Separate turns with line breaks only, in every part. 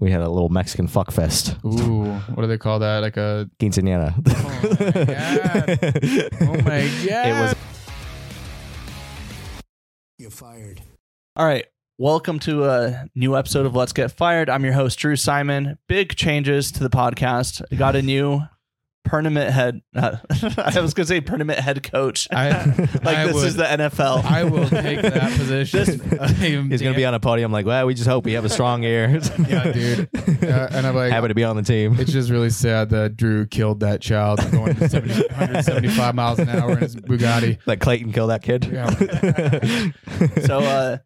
we had a little Mexican fuck fest.
Ooh, what do they call that? Like a
Quinceanera.
oh my god!
it was
You're fired.
All right. Welcome to a new episode of Let's Get Fired. I'm your host, Drew Simon. Big changes to the podcast. I Got a new tournament head. Uh, I was going to say tournament head coach.
I,
like,
I
this
would-
is the NFL.
I will take that position.
He's gonna be on a podium. Like, well, we just hope we have a strong year.
Yeah, dude. Yeah, and I'm like,
Happy to be on the team.
it's just really sad that Drew killed that child going to 70, 175 miles an hour in his Bugatti.
Let Clayton kill that kid.
so, uh,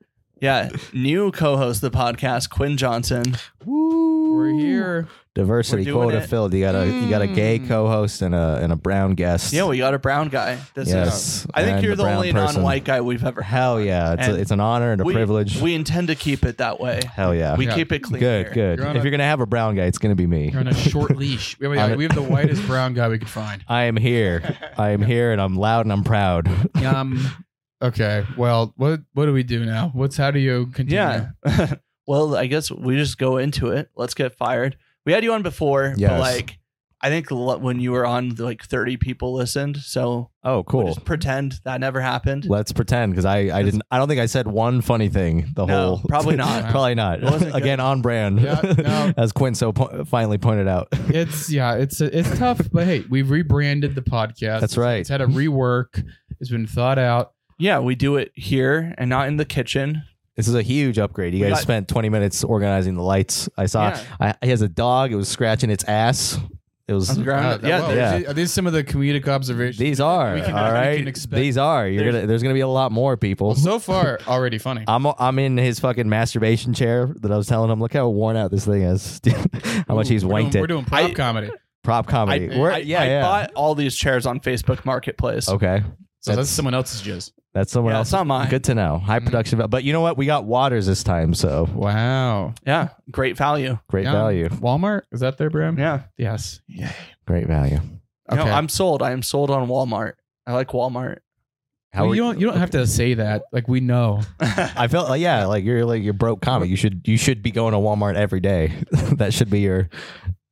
yeah, new co host of the podcast, Quinn Johnson.
We're here.
Diversity
We're doing
quota
it.
filled. You got a you got a gay
Mm.
co-host and a and a brown guest.
Yeah, we got a brown guy. This is.
yes.
I think
and
you're
a
the
brown
only
person.
non-white guy we've ever had.
Hell yeah! It's, a,
And
it's an honor and a
we,
privilege.
We intend to keep it that way.
Hell yeah!
We
Yeah.
keep it clean.
good,
here.
good.
You're on
if
a-
you're gonna have a brown guy, it's gonna be me.
You're on a short leash. We have,
I'm-
we have the whitest brown guy we could find.
I am here. I am here, and I'm loud and I'm proud.
Um. Okay. Well, what what do we do now? What's how do you continue?
Yeah. well, I guess we just go into it. Let's get fired. We had you on before, but
Yes.
like I think lo- when you were on, like thirty people listened. So
Oh,
we'll
cool.
just pretend that never happened.
Let's pretend because I, I didn't I don't think I said one funny thing the
No,
whole
probably not.
probably not
It wasn't good.
again on brand
Yeah, no.
as Quinso po- finally pointed out
It's yeah. It's it's tough, but hey, we've rebranded the podcast.
That's right.
It's had a rework. It's been thought out.
yeah, we do it here and not in the kitchen.
this is a huge upgrade you
We
guys
got-
spent 20 minutes organizing the lights I saw
Yeah.
I, he has a dog it was scratching its ass it was
On the ground.
Uh,
yeah,
well,
yeah.
is it- Are these some of the comedic observations?
these are
We can-
all
we
right
can expect-
these are you're
There's-
gonna there's gonna be a lot more people
so far already funny.
I'm I'm in his fucking masturbation chair that I was telling him look how worn out this thing is how much
Ooh,
he's
we're
wanked
doing, We're
it
doing prop
I-
comedy.
prop
I,
comedy We're-
I-
yeah
I
yeah
bought all these chairs on Facebook Marketplace.
okay
So that's, someone else's jizz.
That's someone
Yeah,
else.
it's not mine.
Good to know. High
Mhm.
production, val- but you know what? We got waters this time, so
Wow.
Yeah, great value.
great
Yeah.
value.
Walmart is that their brand?
Yeah,
Yes. Yeah.
Great value.
no,
Okay.
I'm sold. I am sold on Walmart. I like Walmart.
How
well,
are
you don't you don't have to say that. Like we know.
I felt like yeah, like you're like you're broke comic. You should you should be going to Walmart every day. that should be your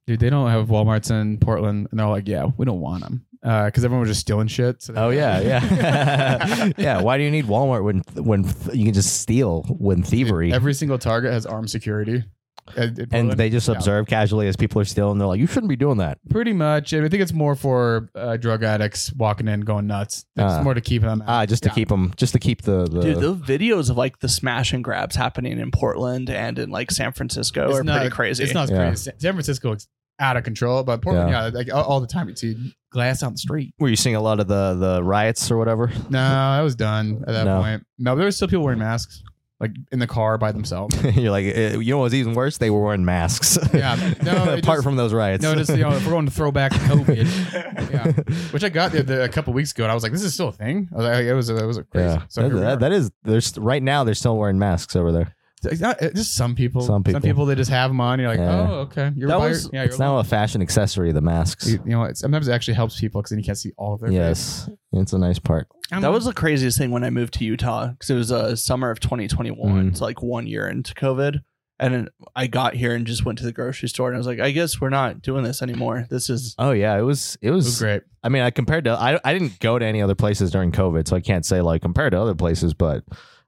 Dude, they don't have Walmarts in Portland, and they're like, yeah, we don't want them because everyone was just stealing shit. So they-
oh yeah yeah yeah. Why do you need Walmart when when you can just steal when thievery?
Every single Target has armed security. Uh, at- at
and
Portland.
they just
Yeah.
observe casually as people are stealing. They're like, you shouldn't be doing that.
Pretty much, and I think it's more for uh, drug addicts walking in, going nuts. It's
Ah.
more to keep them out.
Ah, just to
Yeah.
keep them, just to keep the, the
Dude, those videos of like the smash and grabs happening in Portland and in like San Francisco
It's
are
not-
pretty crazy.
It's not as
Yeah.
crazy. San Francisco is out of control, but Portland, yeah, like all, all the time you see glass on the street.
were you seeing a lot of the the riots or whatever?
No, I was done at that
No.
point. No, there were still people wearing masks, like in the car by themselves.
You're like, eh, you know what's even worse? They were wearing masks.
Yeah, no, it
Apart
just-
from those riots.
No, just you know, if we're going to throw back to COVID, yeah. Which I got the, the, a couple weeks ago, and I was like, "This is still a thing." I was like, "It was, it was crazy."
Yeah.
So
That-
here we
that-
are.
that is there's right now they're still wearing masks over there.
It's not- it's just some people,
Some people.
that just have them on. You're like,
Yeah.
"Oh, okay." You're
That
bi-
was-
yeah,
It's
you're-
now a fashion accessory, the masks.
You, you know, it sometimes it actually helps people because then you can't see all of their face.
Yes. It's a nice part.
I'm-
that was the craziest thing when I moved to Utah because it was a uh, summer of
Mm-hmm.
2021, so like one year into COVID, and then I got here and just went to the grocery store and I was like, I guess we're not doing this anymore. This is
Oh yeah, it was it
it
was,
was great.
I mean, I compared to I I didn't go to any other places during COVID, so I can't say like compared to other places, but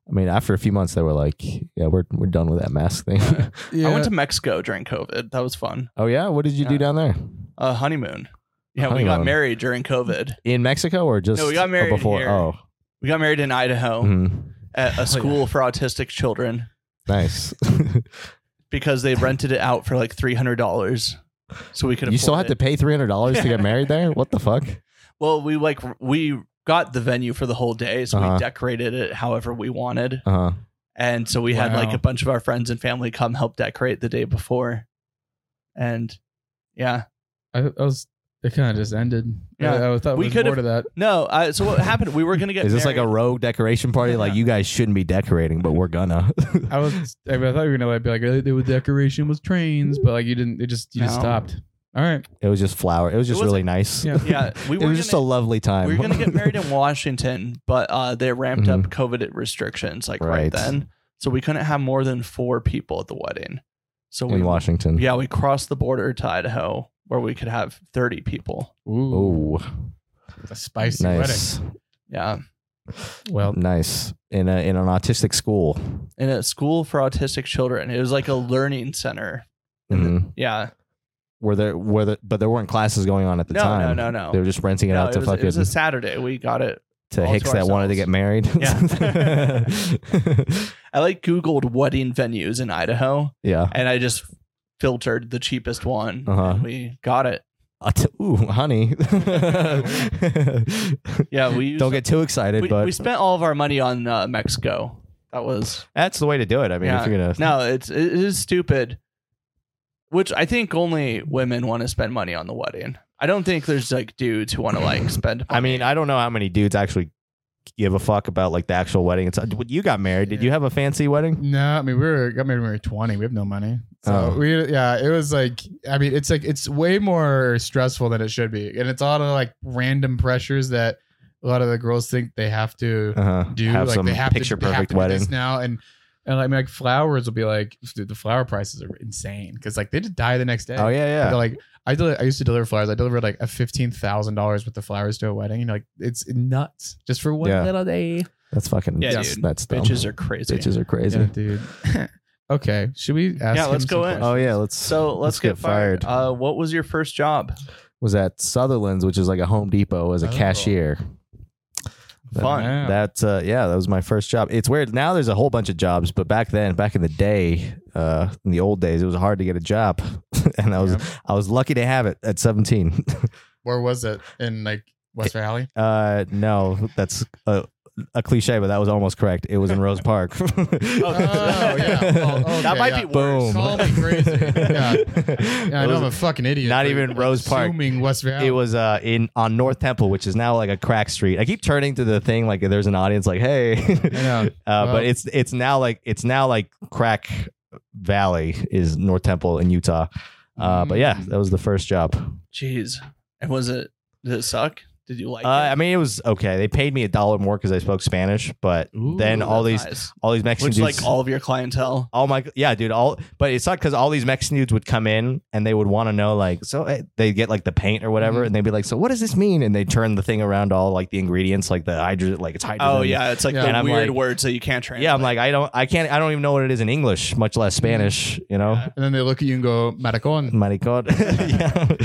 I mean, after a few months they were like, yeah, we're we're done with that mask thing.
Yeah.
I went to Mexico during COVID. That was fun.
oh yeah, what did you do
Yeah.
down there?
Uh, honeymoon. Yeah, we got
Honeymoon.
married during COVID.
In Mexico or just
No, we got married
before?
here. Oh.
Oh.
We got married in Idaho
mhm.
at a school for autistic children
Nice.
because they rented it out for like three hundred dollars, so we could.
you still
afford
had
it.
to pay $300 to get married there? What the fuck?
Well, we like we got the venue for the whole day, so
Uh-huh.
we decorated it however we wanted,
Uh-huh.
and so we had
Wow.
like a bunch of our friends and family come help decorate the day before, and yeah,
I, I was. It kind of just ended.
Yeah.
I, I thought
We
we could
could've-
more to that.
no. I, so what happened? We were gonna get
Is this like a
married.
rogue decoration party? Like you guys shouldn't be decorating, but we're gonna.
I was. I, mean, I thought you were gonna like, be like, "Oh, the decoration was trains, but like you didn't. It just you just
No.
stopped. All right.
it was just flower. It was just
wasn't-
really nice.
Yeah.
yeah? We
it
were
was just a
gonna,
lovely time.
we were gonna get married in Washington, but uh, they ramped up COVID restrictions like right.
Mm-hmm. Right.
then, so we couldn't have more than four people at the wedding. So we
in Washington.
yeah we crossed the border to Idaho where we could have 30 people.
Ooh,
Oh,
it's a spicy
nice,
Yeah,
wedding. Well,
nice in a in an autistic school.
in a school for autistic children. It was like a learning center. And the-
Mhm.
Yeah,
were there were there, but there weren't classes going on at the
No, no,
time.
no, no.
They were just renting it
No,
out
it,
to
was, it
fucking
was a Saturday. We got it.
to
all
Hicks
to
that wanted to
ourselves.
get married.
Yeah.
Yeah.
I like Googled wedding venues in Idaho, and I just filtered the cheapest one.
Uh-huh.
And we got it.
Uh, t- ooh, honey.
Yeah, we used,
Don't get too excited,
we,
but
we spent all of our money on uh, Mexico. That was
that's the way to do it. I mean, if
Yeah.
you're gonna
no. It's it is stupid. Which I think only women want to spend money on the wedding. I don't think there's like dudes who want to like spend.
I mean, I don't know how many dudes actually give a fuck about like the actual wedding. It's uh, you got married. Did you have a fancy wedding?
no, I mean we were got married when we were twenty. We have no money, so
Oh.
we yeah. It was like I mean it's like it's way more stressful than it should be, and it's a lot of like random pressures that a lot of the girls think they have to
Uh-huh.
do.
have
like
some
they have
picture
to, they have
perfect
to do
wedding.
this now, and and I mean like flowers will be like dude, the flower prices are insane because like they just die the next day.
Oh yeah,
They're
yeah.
like I deli- I used to deliver flowers. I delivered like a fifteen thousand dollars worth of flowers to a wedding. You know, like it's nuts just for one
Yeah.
little day.
That's fucking.
Yeah,
that's,
dude.
that's dumb.
bitches are crazy.
bitches are crazy.
Yeah, dude. okay, should we ask?
Yeah,
him
let's
some
go in.
Oh yeah, let's.
So let's, get, fired. Uh, what was your first job?
was at Sutherland's, which is like a Home Depot, as a
Oh.
cashier.
Fun.
Wow.
That's uh, yeah, Oh, that was my first job. It's weird now. There's a whole bunch of jobs, but back then, back in the day, uh, in the old days, it was hard to get a job, and I was
Yeah.
I was lucky to have it at 17.
Where was it in like West Valley?
Uh, no, that's a, a cliche, but that was almost correct. It was in Rose Park. oh
Oh, yeah. Oh, okay,
that might
yeah.
be worse.
Boom.
Call me crazy. Yeah. Yeah, I
It
know
was-
I'm a fucking idiot.
not
for
even Rose Park.
Assuming West Valley.
It was uh in on North Temple, which is now like a crack street. I keep turning to the thing like there's an audience like, hey,
know.
uh,
Well-
but it's it's now like it's now like crack valley is North Temple in Utah. Uh, but
Mm.
yeah, that was the first job.
Jeez. And was it? Did it suck? Did you like
Uh,
it?
I mean, it was okay. They paid me a dollar more because I spoke Spanish, but
Ooh,
then all
That's
these
nice.
all these Mexican
which
dudes,
like all of your clientele.
Oh my, yeah, dude. All, but it's not because all these Mexican dudes would come in and they would want to know, like, so eh, they get like the paint or whatever,
Mm-hmm.
Mhm.
and they'd be like, so what does this mean? And they turn the thing around, all like the ingredients, like the hydrogen, like it's hydrogen.
Oh yeah, it's like
Yeah.
the
And I'm
weird
like-
words that you can't translate.
yeah. I'm like, I don't, I can't, I don't even know what it is in English, much less
Mm-hmm.
Spanish. You know,
and then they look at you and go, Maricon.
maricón. yeah,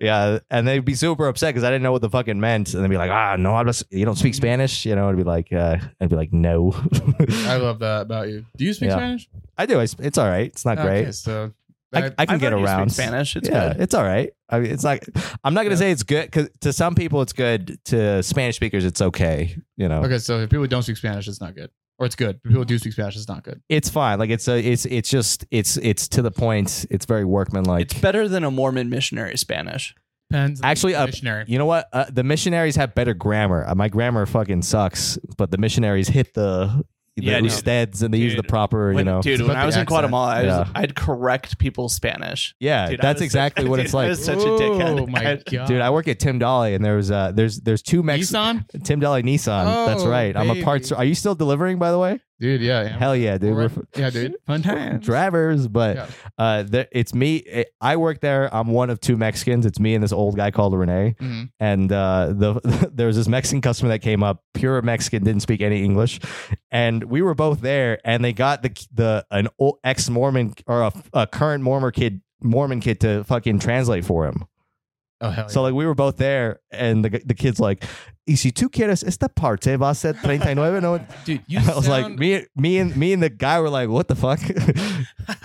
yeah. And they'd be super upset because I didn't know what the fuck it meant, and they'd be like, ah, no, I'm just, you don't
Mm-hmm.
speak Spanish. You know, it'd be like, uh, I'd be like, no,
I love that about you. Do you speak
Yeah.
Spanish?
I do. I, sp- it's all right. It's not
Okay,
great.
so
I,
that-
I can
I've
get
heard you speak
around.
Spanish. It's
yeah,
good.
it's all right. I mean, it's like I'm not gonna
Yeah.
say it's good because to some people it's good. To Spanish speakers, it's okay. You know,
Okay, so if people don't speak Spanish, it's not good, or it's good. If people do speak Spanish, it's not good.
it's fine. Like it's a, it's, it's just, it's, it's to the point. It's very workmanlike.
It's better than a Mormon missionary Spanish.
Depends.
Actually, uh,
missionary.
you know what? Uh, the missionaries have better grammar. Uh, my grammar fucking sucks, but the missionaries hit the, the
Yeah, dude.
ustedes and they use the
Dude.
proper.
When-
you know,
dude,
It's
when
about
I was
the
in Guatemala, I was,
Yeah.
I'd correct people's Spanish.
yeah,
Dude, I
that's
was such-
exactly what
dude,
it's
I
like.
was such a
oh,
dickhead.
my
I-
god,
Dude, I work at Tim Dolly, and there was uh, there's there's two Mexican
Nissan.
Tim Dolly Nissan. that's
Oh,
right. I'm a parts.
baby.
Are you still delivering, by the way?
Dude, yeah, yeah.
Hell yeah, dude.
We're-
We're,
yeah, dude. Fun time.
drivers, but
Yeah.
uh, there, it's me. I work there. I'm one of two Mexicans. It's me and this old guy called Renee.
Mhm.
And uh, the there was this Mexican customer that came up, pure Mexican, didn't speak any English, and we were both there. And they got the the an ex Mormon or a, a current Mormon kid. Mormon kid to fucking translate for him.
Oh hell
So like we were both there, and the the kid's like, "Y si tú quieres esta parte va a ser 39 no?"
yeah. dude, you
I was like,
sound-
me, me and me and the guy were like, "What the fuck?"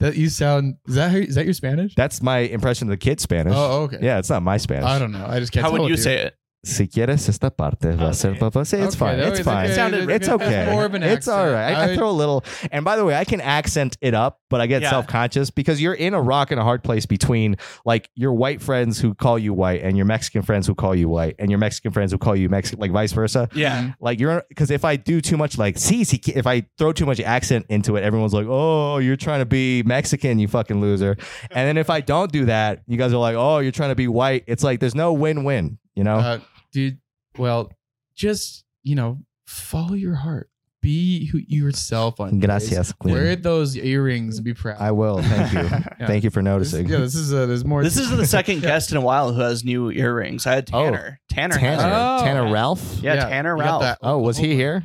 that you sound. Is that how, is that your Spanish?
That's my impression of the kid Spanish.
Oh, okay.
Yeah, it's not my Spanish.
I don't know. I just can't.
How
tell,
would you
dude.
say it?
Si quieres esta parte, va a ser
Okay.
papá. See, it's
Okay,
fine.
that
It's
was
fine.
okay.
Sounded-
That's
It's
okay.
okay.
That's more of an
it's all
accent.
right. I,
I-
I throw a little, and by the way, I can accent it up, but I get
Yeah.
self conscious because you're in a rock and a hard place between like your white friends who call you white and your Mexican friends who call you white and your Mexican friends who call you Mexican, like vice versa.
Mm-hmm.
Yeah.
Like you're because if I do too much, like see, si, qui-" if I throw too much accent into it, everyone's like, "Oh, you're trying to be Mexican, you fucking loser." And then if I don't do that, you guys are like, "Oh, you're trying to be white." It's like there's no Oh. win-win, you know?
Uh, dude, well, just you know, follow your heart. be who yourself on. days.
Gracias. Queen.
Wear those earrings and be proud.
I will. Thank you.
Yeah.
Thank you for
This,
noticing.
yeah, this is uh, there's more.
This is the second
Yeah.
guest in a while who has new earrings. I had
Oh.
Tanner. Tanner. has
Tanner.
it.
Oh.
Tanner Ralph.
Yeah, Tanner
we got
Ralph.
that.
Oh, was he here?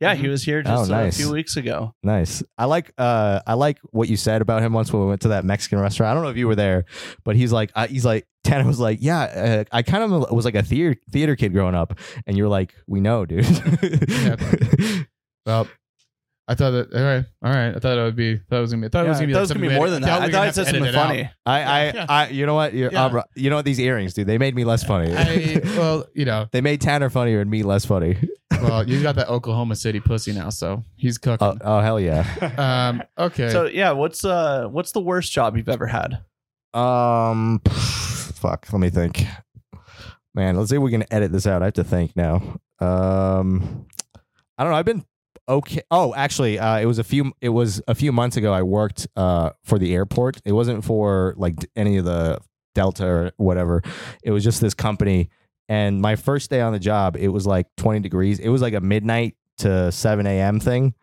Yeah,
Mm-hmm.
he was here just
Oh,
uh,
nice.
a few weeks ago.
Nice. I like uh I like what you said about him once when we went to that Mexican restaurant. I don't know if you were there, but he's like I, he's like Tanner was like, "Yeah, uh, I kind of was like a theater theater kid growing up." And you're like, "We know, dude."
Well, I thought that. All right, all right. I thought it would be. Thought it was gonna be. I thought it was gonna
Yeah,
be.
that
like
was gonna
something
be more
we
than
had-
that. I
we
thought
were
I said
gonna
something
have to
funny.
I I,
Yeah.
I you know what? You're,
Yeah.
I'm ri- you know what these earrings, dude? They made me less funny.
edit it out. I well, you know,
they made Tanner funnier and me less funny.
well, you got that Oklahoma City pussy now, so he's cooking.
Oh, oh hell yeah.
um, okay.
So yeah, what's uh what's the worst job you've ever had?
Um, fuck. Let me think. Man, let's see if we can edit this out. I have to think now. Um, I don't know. I've been okay. Oh, actually, uh, it was a few. It was a few months ago. I worked uh for the airport. It wasn't for like d- any of the Delta or whatever. It was just this company. And my first day on the job, it was like 20 degrees. It was like a midnight to 7 a.m. thing.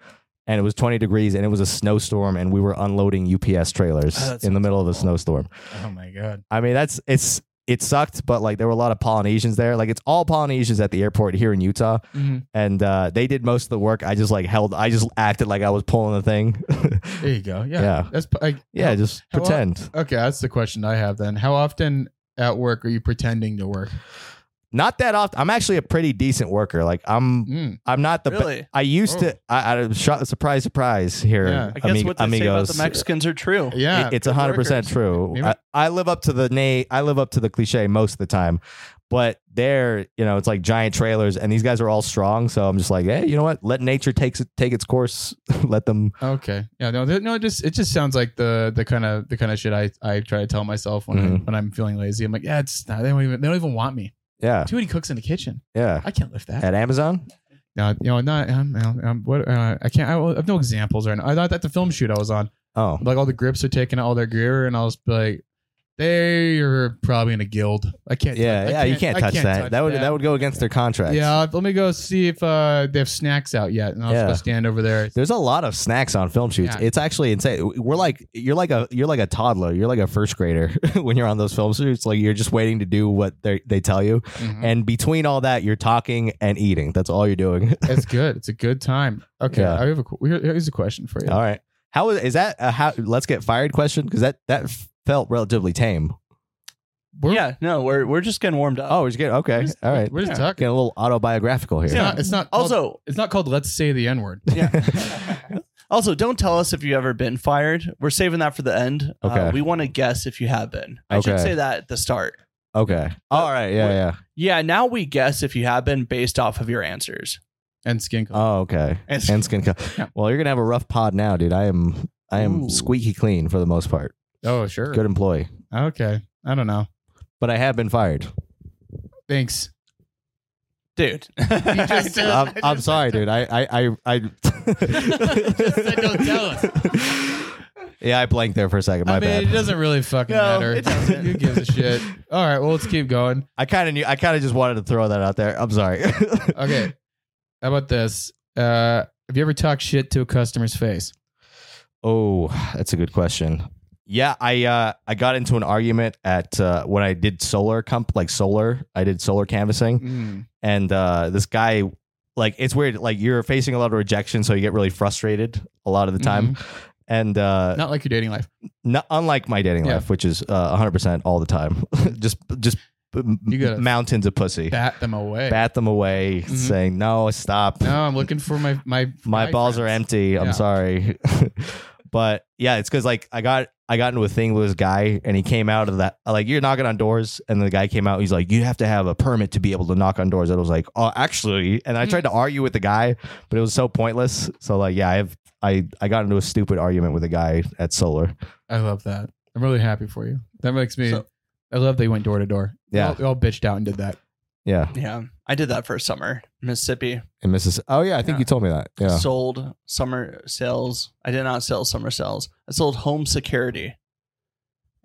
And it was 20 degrees and it was a snowstorm. And we were unloading UPS trailers
Oh, that
in the
sounds
middle of a
awful.
snowstorm.
oh my god.
I mean, that's it's it sucked, but like there were a lot of Polynesians there. Like it's all Polynesians at the airport here in Utah,
Mm-hmm.
and uh, they did most of the work. I just like held, I just acted like I was pulling the thing.
There you go. Yeah.
Yeah.
That's like
yeah, just
How-
pretend.
okay. That's the question I have then. How often at work are you pretending to work?
Not that often. I'm actually a pretty decent worker. Like I'm,
Mm.
I'm not the. be-
really? Oh.
I used to. I, I shot surprise, surprise here,
Yeah.
I guess
ami-
what they say about
amigos.
the Mexicans are true.
Yeah.
It- it's hundred percent true.
Maybe-
I, I live up to the nay. I live up to the cliche most of the time, but there, you know, it's like giant trailers, and these guys are all strong. So I'm just like, hey, you know what? Let nature takes it- take its course. Let them.
Okay. Yeah. No. th- No. It just it just sounds like the the kind of the kind of shit I I try to tell myself when I,
Mhm.
when I'm feeling lazy. I'm like, yeah, it's not, they don't even they don't even want me.
Yeah,
Too many cooks in the kitchen.
yeah.
I can't lift that.
At Amazon,
No, you know, not um, um, what uh, I can't. I, I have no examples right now. I thought that the film shoot I was on,
oh,
like all the grips are taking out all their gear, and I was like, they are probably in a guild. I can't.
yeah,
I
yeah. You can't
I
touch that. That would that would go against their contract.
Yeah, let me go see if uh, they have snacks out yet, and I'll
Yeah.
just go stand over there.
There's a lot of snacks on film shoots.
Yeah.
It's actually insane. We're like you're like a you're like a toddler. You're like a first grader when you're on those film shoots. Like you're just waiting to do what they they tell you.
Mm-hmm.
Mhm.
And between all that, you're talking and eating. That's all you're doing.
it's good. It's a good time. Okay,
Yeah.
I have a qu- here- here's a question for you.
All right. How is, is that? A how let's get fired question because that that felt relatively tame.
We're-
yeah, no, we're we're just getting warmed up.
Oh, it's good. Okay, all right.
We're just
Yeah.
talking.
Getting a little autobiographical here.
It's
Yeah.
not. It's not called,
also,
it's not called. Let's say the n word.
yeah. also, don't tell us if you've ever been fired. We're saving that for the end. Uh,
Okay.
we want to guess if you have been. I should
Okay.
say that at the start.
okay. All right. Yeah.
Wait.
Yeah.
Yeah, now we guess if you have been based off of your answers.
and skin color.
Oh, okay.
And-
And skin color.
Yeah.
Well, you're gonna have a rough pod now, dude. I am. I am
Ooh.
squeaky clean for the most part.
oh, sure.
Good employee,
Okay. I don't know.
but I have been fired.
Thanks.
Dude.
just said-
I'm,
I
I'm
just-
sorry, dude. I I I. I
said don't tell us.
Yeah, I blanked there for a second. My
I mean,
bad.
it doesn't really fucking
No,
matter.
it doesn't.
Who gives a shit? All right, well, let's keep going.
I kind of knew. I kind of just wanted to throw that out there. I'm sorry.
Okay, how about this? Uh, have you ever talked shit to a customer's face?
Oh, that's a good question. Yeah, I uh, I got into an argument at uh, when I did solar comp like solar. I did solar canvassing, and uh, this guy like it's weird. Like you're facing a lot of rejection, so you get really frustrated a lot of the time.
Mm-hmm.
And uh,
Not like your dating life.
not, unlike my dating
Yeah.
life, which is uh, 100 percent all the time, just just m-
You gotta-
mountains of pussy.
Bat them away.
Bat them away,
Mhm.
saying no, stop
no, I'm looking for my my
my balls are
friends.
empty. I'm
Yeah.
sorry. but yeah, it's because like I got I got into a thing with this guy and he came out of that like you're knocking on doors and the guy came out he's like you have to have a permit to be able to knock on doors and I was like oh actually and I
Mm.
tried to argue with the guy but it was so pointless so like yeah I have I I got into a stupid argument with a guy at Solar
I love that. I'm really happy for you. That makes me.
So-
I love that you went door to door. We
Yeah.
all- we all bitched out and did that.
yeah
yeah. I did that for a summer. Mississippi.
in Mrs oh yeah I think
Yeah.
you told me that yeah
sold summer sales. I did not sell summer sales. I sold home security.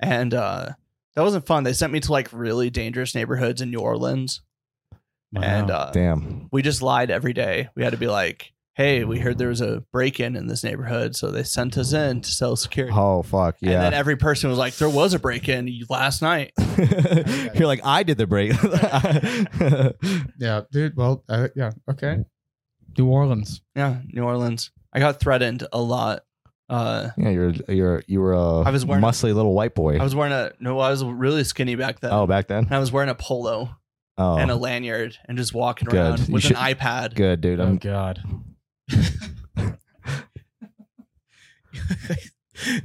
And uh that wasn't fun. They sent me to like really dangerous neighborhoods in New Orleans. And uh
damn
we just lied every day. We had to be like, hey, we heard there was a break in in this neighborhood, so they sent us in to sell security.
Oh fuck
And
yeah!
then every person was like, there was a break in last night.
You're like I did the break.
Yeah, dude. Well, uh, yeah. Okay. New Orleans.
Yeah, New Orleans. I got threatened a lot. Uh,
yeah, you're you're you were a
I was wearing-
muscly little white boy.
I was wearing a no, I was really skinny back then.
oh, back then.
and I was wearing a polo
Oh,
and a lanyard and just walking
Good.
around
You
with
should-
an iPad.
good dude. I'm,
Oh, God.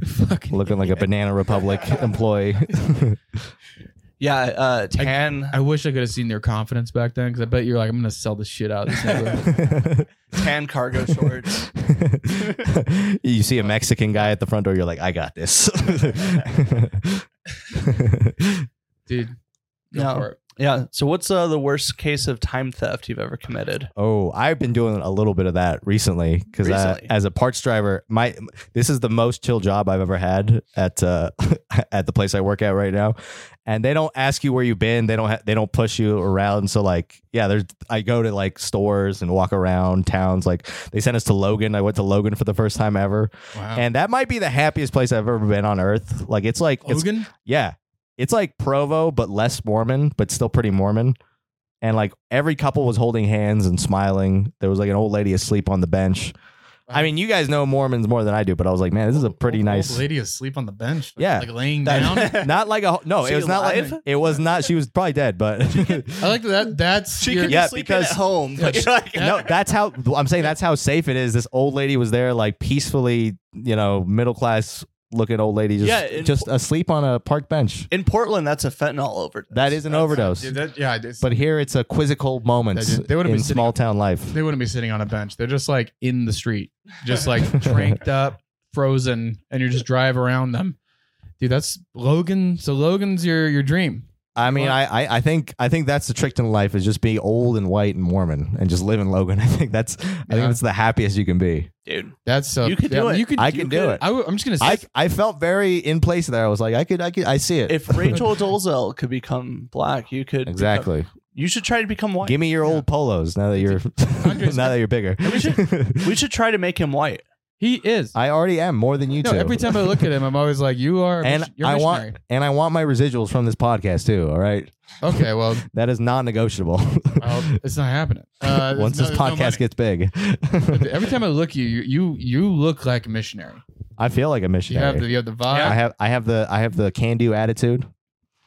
Fucking.
looking like a Banana Republic employee.
Yeah, uh, tan
I wish I could have seen their confidence back then, because I bet you're like, I'm gonna sell the shit out. Of this neighborhood."
tan cargo shorts.
you see a Mexican guy at the front door, you're like, I got this.
dude. Go
No.
for it.
Yeah. So what's uh, the worst case of time theft you've ever committed?
oh, I've been doing a little bit of that recently because
Recently.
as a parts driver, my this is the most chill job I've ever had at uh, at the place I work at right now, and they don't ask you where you've been. They don't ha- they don't push you around. So like, yeah, there's I go to like stores and walk around towns. Like they sent us to Logan. I went to Logan for the first time ever.
Wow.
And that might be the happiest place I've ever been on earth. Like it's like it's
Logan.
yeah. It's like Provo but less Mormon, but still pretty Mormon. And like every couple was holding hands and smiling. There was like an old lady asleep on the bench. I mean, you guys know Mormons more than I do, but I was like, man, this is a pretty
Old- old
nice
lady asleep on the bench. Like,
Yeah.
like laying down.
That-
not like a no,
She
it was not like
alive?
it was not she was probably dead, but
I like that. That's
she
your-
could
Yeah,
be sleeping
because-
at home. but you're like-
no, that's how I'm saying that's how safe it is. This old lady was there, like peacefully, you know, middle class looking old lady, just
Yeah, in-
just asleep on a park bench.
in Portland, that's a fentanyl overdose.
That is an overdose,
Dude, that- yeah, it's-
but here it's a quizzical moment
That is- they would've
in
been sitting-
small town life.
they wouldn't be sitting on a bench. They're just like in the street, just like tranked up, frozen, and you just drive around them. Dude, that's Logan. So Logan's your your dream.
I mean, I, I I think I think that's the trick to life is just be old and white and Mormon and just live in Logan. I think that's I think
Yeah.
that's the happiest you can be.
dude.
That's uh,
You could
yeah,
do it.
You could.
I
you
can
could-
do it.
I w- I'm just gonna.
I
Say,
I felt very in place there. I was like, I could I could I see it
If Rachel Dolezal could become black, you could become-
exactly.
you should try to become white.
Give me your old polos now that you're
Andres-
now that you're bigger.
We should- we should try to make him white.
he is.
I already am more than you
no,
two.
every time I look at him, I'm always like, "You are." a
and
mission- you're a
I want
missionary.
and I want my residuals from this podcast too. All right,
Okay, well,
that is non-negotiable.
well, it's not happening. Uh,
Once
there's
this
no-
podcast
there's
gets big,
no money. Every time I look at you, you you you look like a missionary.
I feel like a
You have the
missionary.
you have the vibe.
I have I have the I have the can do attitude.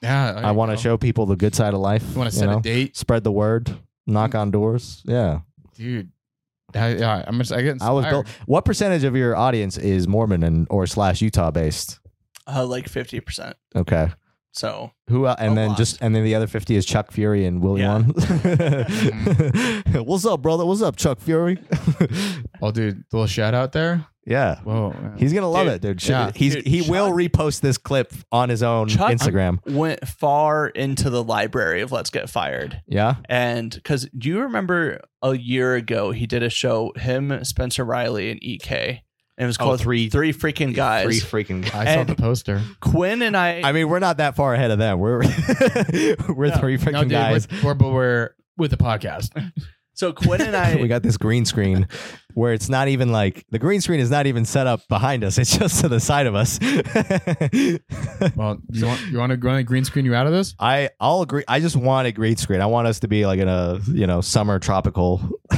Yeah, there
I
you
want to
go.
show people the good side of life.
You want to
you
set
know?
a date,
Spread the word. Knock on doors. Yeah,
dude? That, yeah, I'm just. I get.
I was
inspired.
built. What percentage of your audience is Mormon and or slash Utah based?
Uh, like fifty percent.
Okay.
So
Who el- and
A
then
lot.
just and then the other fifty is Chuck Fury and Willie
Yeah.
Won.
Mm-hmm.
What's up, brother? What's up, Chuck Fury?
Oh, dude, the little shout out there. uh,
yeah,
Whoa, man.
he's gonna love
Dude,
it, dude. Sh-
yeah.
He's
Dude,
he
Chuck-
will repost this clip on his own
Chuck-
Instagram.
went far into the library of Let's Get Fired.
yeah,
And because do you remember a year ago he did a show, him, Spencer Riley, and EK. And it was
Oh,
called
three-
three freaking guys.
freaking.
I saw
and-
the poster.
Quinn and I,
I mean, we're not that far ahead of them. We're we're
No.
three freaking
No, dude,
guys.
We're, we're, but we're with the podcast.
so Quinn and I
we got this green screen where it's not even like the green screen is not even set up behind us. It's just to the side of us.
Well, you want you want to go on and green screen you out of this?
I I'll agree. I just want a green screen. I want us to be like in a you know summer tropical,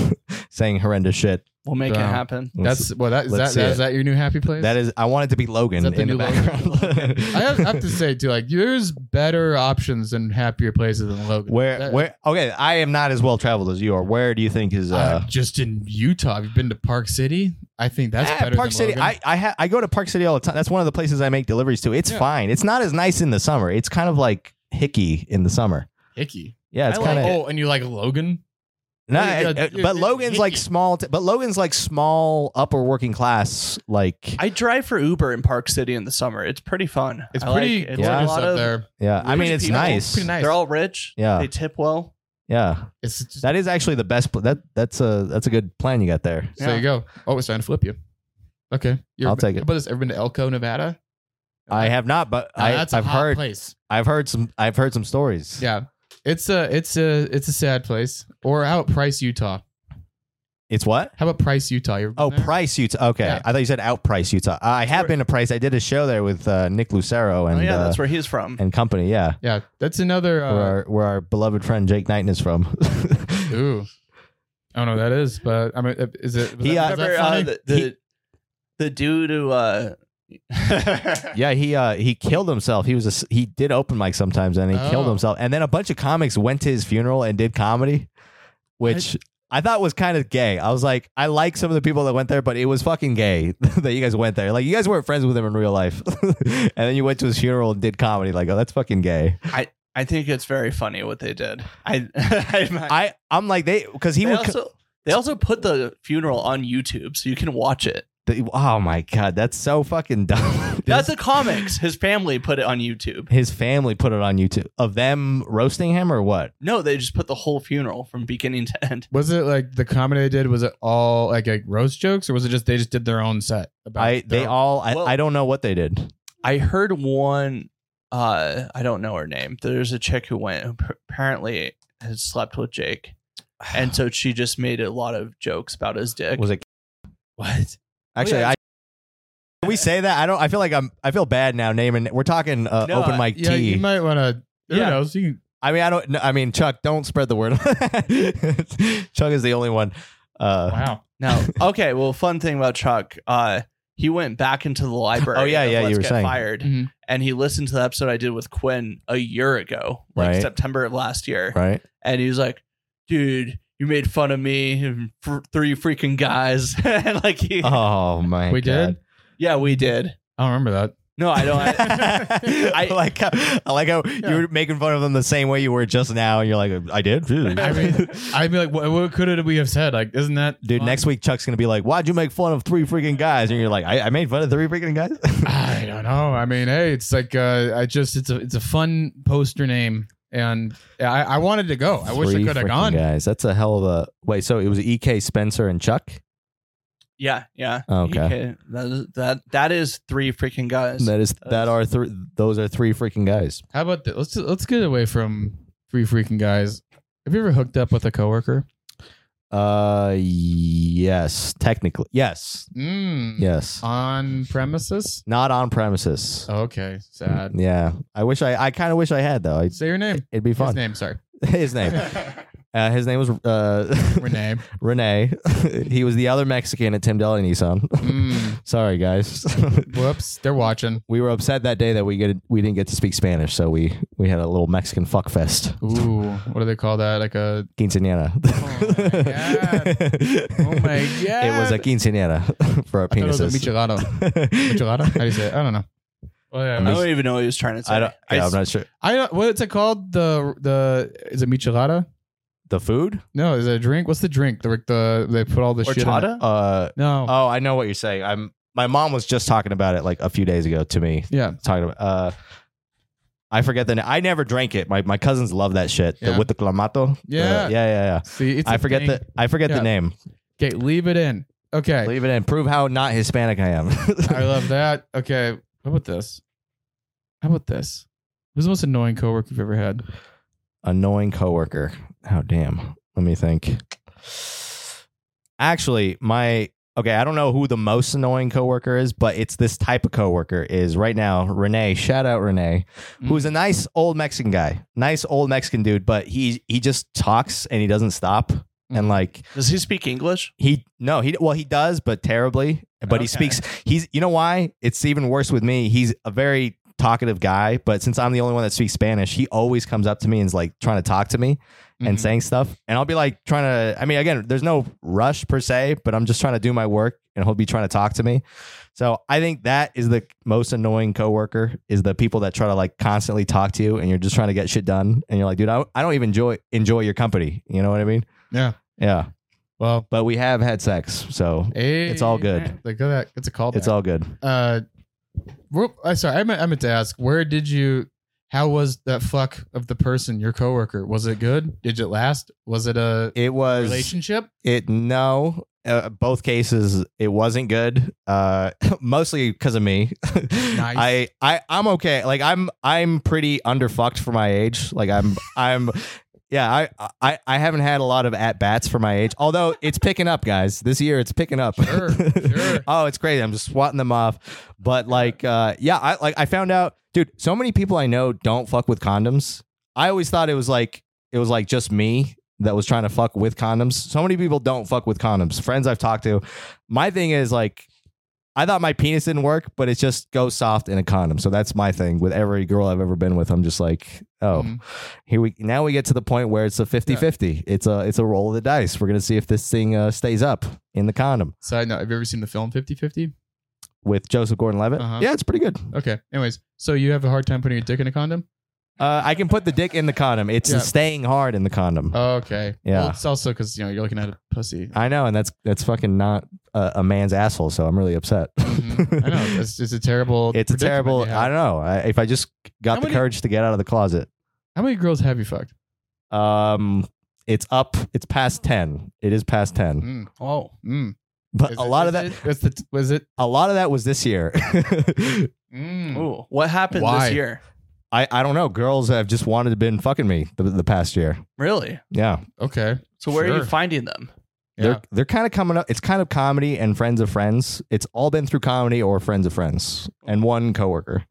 saying horrendous shit.
we'll make it
Yeah.
happen.
Let's-
That's well. That is
let's
that,
see
that
it.
is that your new happy place?
that is. I want it to be Logan
Is that the
in the
new
background.
I have, I have to say too, like there's better options and happier places than Logan.
where
That-
where okay. I am not as well traveled as you are. Where do you think is
uh,
uh?
just in Utah, have you been to Park City? I think that's
ah,
better.
Park
than
City.
Logan.
I I, ha- I go to Park City all the time. That's one of the places I make deliveries to. It's
Yeah.
fine. It's not as nice in the summer. It's kind of like hicky in the summer.
Hickey.
Yeah, it's
I like
kind of
oh, and you like Logan?
No,
Yeah,
I- I-
you're-
eh, but
you're
Logan's like
picky.
small. T- but Logan's like small upper working class. Like,
I drive for Uber in Park City in the summer. It's pretty fun.
It's
I
pretty
like- it's
Yeah.
a
gorgeous
lot
up
of,
there.
yeah, I mean
rich
it's
people.
nice.
Pretty nice.
They're all rich.
Yeah.
They tip well.
Yeah,
It's just,
that is actually the best. Pl- that that's a that's a good plan you got there.
so there you go. Oh, it's trying to flip you. Okay, You're,
I'll take it.
But this ever been to Elko, Nevada?
I have not, but
Now,
I,
that's a
I've
hot
heard
place.
I've heard some I've heard some stories.
Yeah, it's a it's a it's a sad place. Or out Price, Utah.
It's what?
How about Price, Utah? You ever been
Oh,
there?
Price, Utah. Okay,
Yeah.
I thought you said outprice Utah. I have
Sure.
been to Price. I did a show there with uh, Nick Lucero and
oh yeah,
uh,
that's where he's from.
and company. Yeah,
Yeah, that's another.
where,
Uh,
our, where our beloved friend Jake Knighton is from.
ooh, I don't know what that is, but I mean, uh, is it? was
He,
that-
uh,
was that
Remember, uh,
funny?
the, the, the dude who uh,
yeah, he uh, he killed himself. He was a, s- he did open mic sometimes, and he killed
Oh.
himself. And then a bunch of comics went to his funeral and did comedy, which. I thought was kind of gay. I was like, I like some of the people that went there, but it was fucking gay that you guys went there. Like, you guys weren't friends with him in real life, and then you went to his funeral and did comedy. Like, oh, that's fucking gay.
I think it's very funny what they did. I, I,
I, I'm like they because he
they
would. co-
also they also put the funeral on YouTube so you can watch it.
The, oh my god, that's so fucking dumb.
That's the comics. His family put it on YouTube.
His family put it on YouTube of them roasting him or what?
No, they just put the whole funeral from beginning to end.
was it like the comedy they did? Was it all like like roast jokes, or was it just they just did their own set? About
I
their
they
own-
all I,
Well-
I don't know what they did.
I heard one. Uh, I don't know her name. There's a chick who went who p- apparently had slept with Jake, and so she just made a lot of jokes about his dick.
Was it
what?
actually?
yeah,
I can we say that I don't. I feel like I'm. I feel bad now naming. We're talking uh,
No,
open mic
Yeah,
tea.
you might want to. Who
Yeah.
knows? You can-
I mean, I don't. no, I mean, Chuck, don't spread the word. Chuck is the only one. Uh,
wow.
No. Okay. Well, fun thing about Chuck, uh, he went back into the library.
Oh, yeah,
of
yeah, you
Let's
were
Get
saying.
fired,
Mhm.
and he listened to the episode I did with Quinn a year ago, like
Right.
September of last year,
Right.
and he was like, "Dude, you made fun of me, and fr- three freaking guys." and like, he,
Oh my.
We
God.
did.
yeah, we did.
I don't remember that.
No, I don't. I,
I, like how I like how you were making fun of them the same way you were just now, and you're like, I did.
I mean, I'd be like, what, what could we have said? Like, isn't that
Dude,
fun?
next week Chuck's gonna be like, "Why'd you make fun of three freaking guys?" And you're like, "I, I made fun of three freaking guys."
I don't know. I mean, hey, it's like uh, I just it's a it's a fun poster name, and I, I wanted to go. I wish I
Three
could have
freaking
gone.
guys. That's a hell of a wait. So it was Ek Spencer and Chuck.
yeah, yeah.
Okay.
Okay. That is, that that is three freaking guys.
That is that are three. Those are three freaking guys.
How about that? Let's let's get away from three freaking guys. Have you ever hooked up with a coworker?
Uh, yes, technically, yes,
Mm.
yes,
On premises.
not on premises.
Okay. Sad.
Yeah, I wish I. I kind of wish I had though. I,
Say your name.
it'd Mm, be
His
fun.
name. Sorry.
His name. Uh, his name was uh,
Renee.
Renee. he was the other Mexican at Tim Deli Nissan.
Mm.
Sorry, guys.
Whoops. They're watching.
we were upset that day that we get we didn't get to speak Spanish, so we we had a little Mexican fuck fest.
Ooh. What do they call that? Like a.
Quinceañera.
Oh my god.
It was a quinceañera for our
I thought it was a
penises.
michelada. Michelada? How do you say it? I don't know. Well, Oh, yeah,
I'm
I
I,
just-
don't even know what he was trying to say.
I don't. Yeah, I'm not sure.
don't- what's it called? The the is it michelada?
The food?
No, is it a drink? What's the drink? The the they put all the shit. in it.
Horchata?
Uh
No.
oh, I know what you're saying. I'm. My mom was just talking about it like a few days ago to me.
yeah.
Talking about. Uh, I forget the name. I never drank it. My my cousins love that shit. The,
Yeah.
with the clamato. The- yeah.
Yeah.
Yeah. Yeah.
See, it's
I
a
forget
thing.
the I forget
Yeah.
the name.
Okay, leave it in. Okay.
Leave it in. Prove how not Hispanic I am.
I love that. Okay. How about this? How about this? Who's the most annoying coworker you've ever had?
annoying coworker. Oh damn. Let me think. Actually, my okay, I don't know who the most annoying coworker is, but it's this type of coworker is right now Renee. Shout out Renee, who's a nice old Mexican guy, nice old Mexican dude, but he he just talks and he doesn't stop. And like
Does he speak English?
he no he well he does but terribly but
Okay.
he speaks he's you know why it's even worse with me he's a very talkative guy but since i'm the only one that speaks spanish he always comes up to me and is like trying to talk to me and
Mhm.
saying stuff and i'll be like trying to i mean again there's no rush per se but i'm just trying to do my work and he'll be trying to talk to me so i think that is the most annoying coworker is the people that try to like constantly talk to you and you're just trying to get shit done and you're like dude i, I don't even enjoy enjoy your company you know what i mean
Yeah.
yeah
Well,
but we have had sex, so it's all good.
Like that. It's a call.
it's all good.
uh where, I sorry, I meant, I meant to ask, where did you how was that fuck of the person, your coworker? Was it good? Did it last? Was it a
It was
relationship?
it no. Uh, both cases, it wasn't good. Uh, mostly because of me. I I I'm okay. Like I'm I'm pretty underfucked for my age. Like I'm I'm yeah, I, I I haven't had a lot of at bats for my age. Although it's picking up, guys. This year it's picking up.
Sure, sure.
oh, it's crazy. I'm just swatting them off. But like, uh, yeah, I like I found out, dude. So many people I know don't fuck with condoms. I always thought it was like it was like just me that was trying to fuck with condoms. So many people don't fuck with condoms. Friends I've talked to. My thing is like. I thought my penis didn't work, but it's just go soft in a condom. So that's my thing with every girl I've ever been with. I'm just like, oh,
Mhm.
here we now we get to the point where it's a 50-50 it's a it's a roll of the dice we're gonna see if this thing uh, stays up in the condom
Side note: Have you ever seen the film 50-50?
with joseph gordon-levitt
Uh-huh.
yeah it's pretty good
Okay. Anyways, so you have a hard time putting your dick in a condom?
uh, i can put the dick in the condom it's
Yeah.
the staying hard in the condom
Okay.
Yeah.
Well, it's also because you know you're looking at a pussy.
i know and that's that's fucking not a, a man's asshole so i'm really upset
Mhm. I know. It's, it's a terrible.
it's a
predicament
terrible
you have.
i don't know I, if i just got
How
the
many-
courage to get out of the closet
How many girls have you fucked?
um it's up it's past 10 it is past 10
Mm.
Oh,
Mm.
but
Is
a
it-
lot
is
of that
it- That's the. Was it?
a lot of that was this year
Mm.
ooh, Hmm. what happened
Why?
this year?
I, I don't know. Girls have just wanted to been fucking me the, the past year.
Really?
Yeah.
Okay.
So where are you
Sure.
finding them?
Yeah.
They're they're kind of coming up. It's kind of comedy and friends of friends. It's all been through comedy or friends of friends and one coworker.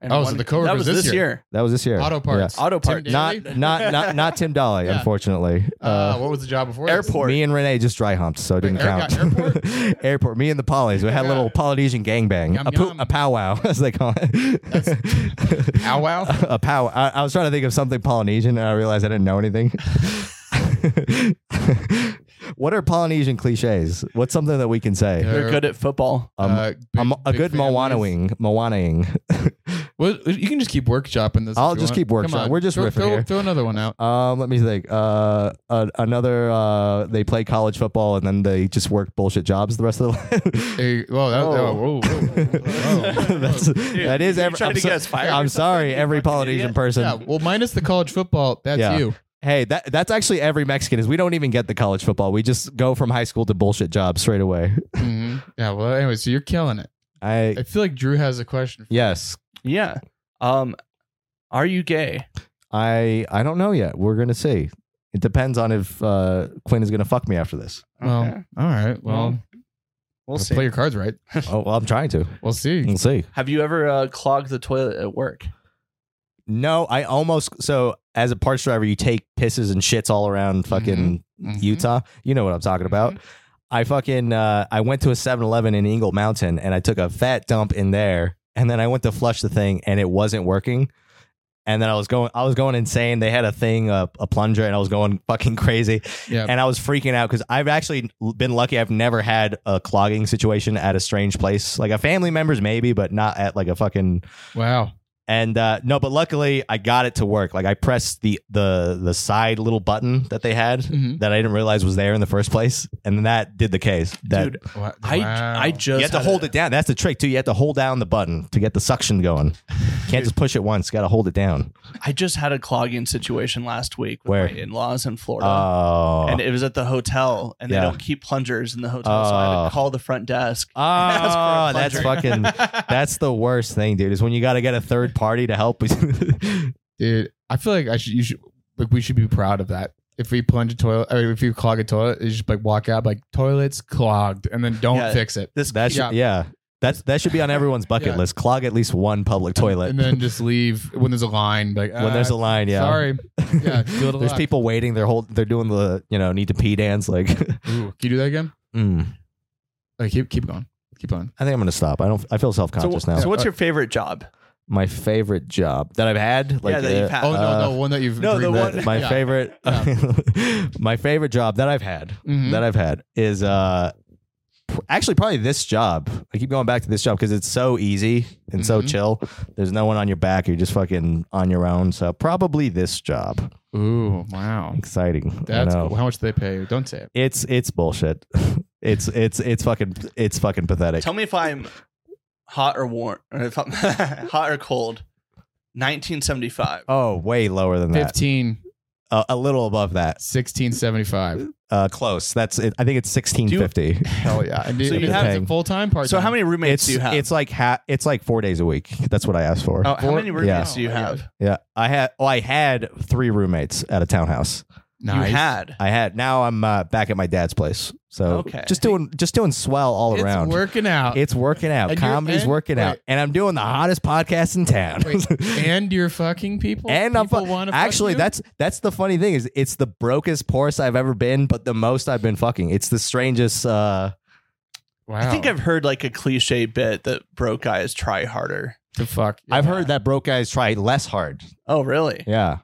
And
Oh, so the coworkers
that was
this
this, year.
That was this year.
Auto parts.
Auto
Tim
parts.
Daly?
Not not not not Tim Dolly,
Yeah.
unfortunately. Uh,
Uh, what was the job before? this?
Airport.
Me and Renee just dry humped, so it didn't
Air-
count. Airport? Me and the Polys. We had a little
Yeah.
Polynesian gangbang.
Yum,
A, poo-
yum.
a powwow, as they call it.
Ow wow.
a pow. I, I was trying to think of something Polynesian, and I realized I didn't know anything. what are Polynesian cliches? What's something that we can say?
Yeah.
They're good at football.
Um,
Uh, big-
a, mo- a
big
good
families.
Moanaing. Moanaing.
Well, you can just keep workshopping this. if
I'll
you
just
want.
keep
Come
workshop.
on.
We're just
throw,
riffing
throw,
here.
throw another one out.
Um, let me think. Uh, a- another. Uh, they play college football and then they just work bullshit jobs the rest of their life.
Hey, well, that,
Oh.
oh, whoa, whoa, whoa.
That's, that is
you're
every.
trying
I'm,
to
so-
get us fired or
I'm
something,
sorry,
you
every
fucking
Polynesian
idiot.
person.
yeah. Well, minus the college football. That's
Yeah.
you.
Hey, that that's actually every Mexican is we don't even get the college football. We just go from high school to bullshit jobs straight away.
Mhm. Yeah. Well, anyway, so you're killing it.
I
I feel like Drew has a question.
yes.
Yeah. Um, are you gay?
I I don't know yet. We're gonna see. It depends on if uh, Quinn is gonna fuck me after this.
Well,
Okay.
all right. Well,
we'll
play
see.
your cards right.
Oh, well, I'm trying to.
We'll see.
We'll see.
Have you ever uh, clogged the toilet at work?
No, I almost so as a parts driver, you take pisses and shits all around fucking
Mhm.
Utah. You know what I'm talking about. I fucking uh, I went to a 7-Eleven in Eagle Mountain and I took a fat dump in there and then I went to flush the thing and it wasn't working. And then I was going I was going insane. They had a thing a, a plunger and I was going fucking crazy.
Yeah.
And I was freaking out cuz I've actually l- been lucky I've never had a clogging situation at a strange place. Like a family member's maybe, but not at like a fucking
Wow.
and uh, no, but luckily I got it to work. Like I pressed the the the side little button that they had
Mm-hmm.
Mhm.
that I didn't realize was there in the first place, and then that did the case. That
Dude,
Wow.
I I just
you have to
had
hold
a-
it down. That's the trick too. You have to hold down the button to get the suction going. Can't just push it once. Got to hold it down.
I just had a clogging situation last week with
Where?
my in-laws in Florida.
Oh,
and it was at the hotel, and
Yeah.
they don't keep plungers in the hotel, so I had
Oh.
to call the front desk.
oh,
Ask
that's
for a
fucking. That's the worst thing, dude. Is when you got to get a third party to help.
dude. I feel like I should. You should. Like we should be proud of that. If we plunge a toilet, or if you clog a toilet, you just like walk out like toilets clogged, and then don't
Yeah.
fix it.
This
That should,
Yeah.
yeah. That's that should be on everyone's bucket
Yeah.
list. Clog at least one public toilet.
and then just leave when there's a line. Like "Ah,
when
uh,
there's a line, yeah.
Sorry. Yeah, good
There's
luck.
people waiting. They're hold. They're doing the you know need to pee dance. Like,
Ooh, can you do that again?
Mm.
Like keep keep going. Keep on.
I think I'm gonna stop. I don't. I feel self
so,
conscious now.
so what's your favorite job?
my favorite job that I've had? Like,
yeah, that you've
uh,
had.
Oh
Uh,
no, no one that you've
no, the
dreamed
one-
of.
my
Yeah.
favorite. my favorite job that I've had
Mm-hmm.
Mhm.
that I've had is uh pr- actually probably this job. I keep going back to this job because it's so easy and so
Mm-hmm.
Mhm.
chill. There's no one on your back. You're just fucking on your own. So probably this job.
Ooh, wow.
Exciting. I
That's
know.
cool. How much do they pay you? Don't say it.
It's it's bullshit. it's it's it's fucking it's fucking pathetic.
Tell me if I'm hot or warm, or if I'm hot or cold. 1975.
Oh, way lower than that.
Fifteen.
uh, a little above that.
1675.
Uh, close. That's it. I think it's sixteen fifty.
Hell yeah. And
So
so
you
you
have-
have full time part.
So how many roommates
It's
do you have?
it's like ha- it's like four days a week. That's what I asked for.
Oh, how many
four-
roommates
yeah.
do you have?
Yeah, I had. Oh, I had three roommates at a townhouse.
Nice.
You had.
I had. Now I'm uh, back at my dad's place. So
Okay.
just doing just doing swell all
it's
around.
working out.
It's working out.
And you're-
Comedy's
and-
working out,
wait.
and I'm doing the hottest podcast in town.
Wait, and you're fucking people.
And I'm
people
fu-
wanna fuck
actually
you?
that's that's the funny thing is it's the brokest porous I've ever been, but the most I've been fucking. It's the strangest. uh
wow.
I think I've heard like a cliche bit that broke guys try harder.
the fuck.
I've heard that broke guys try less hard.
Oh, really?
Yeah,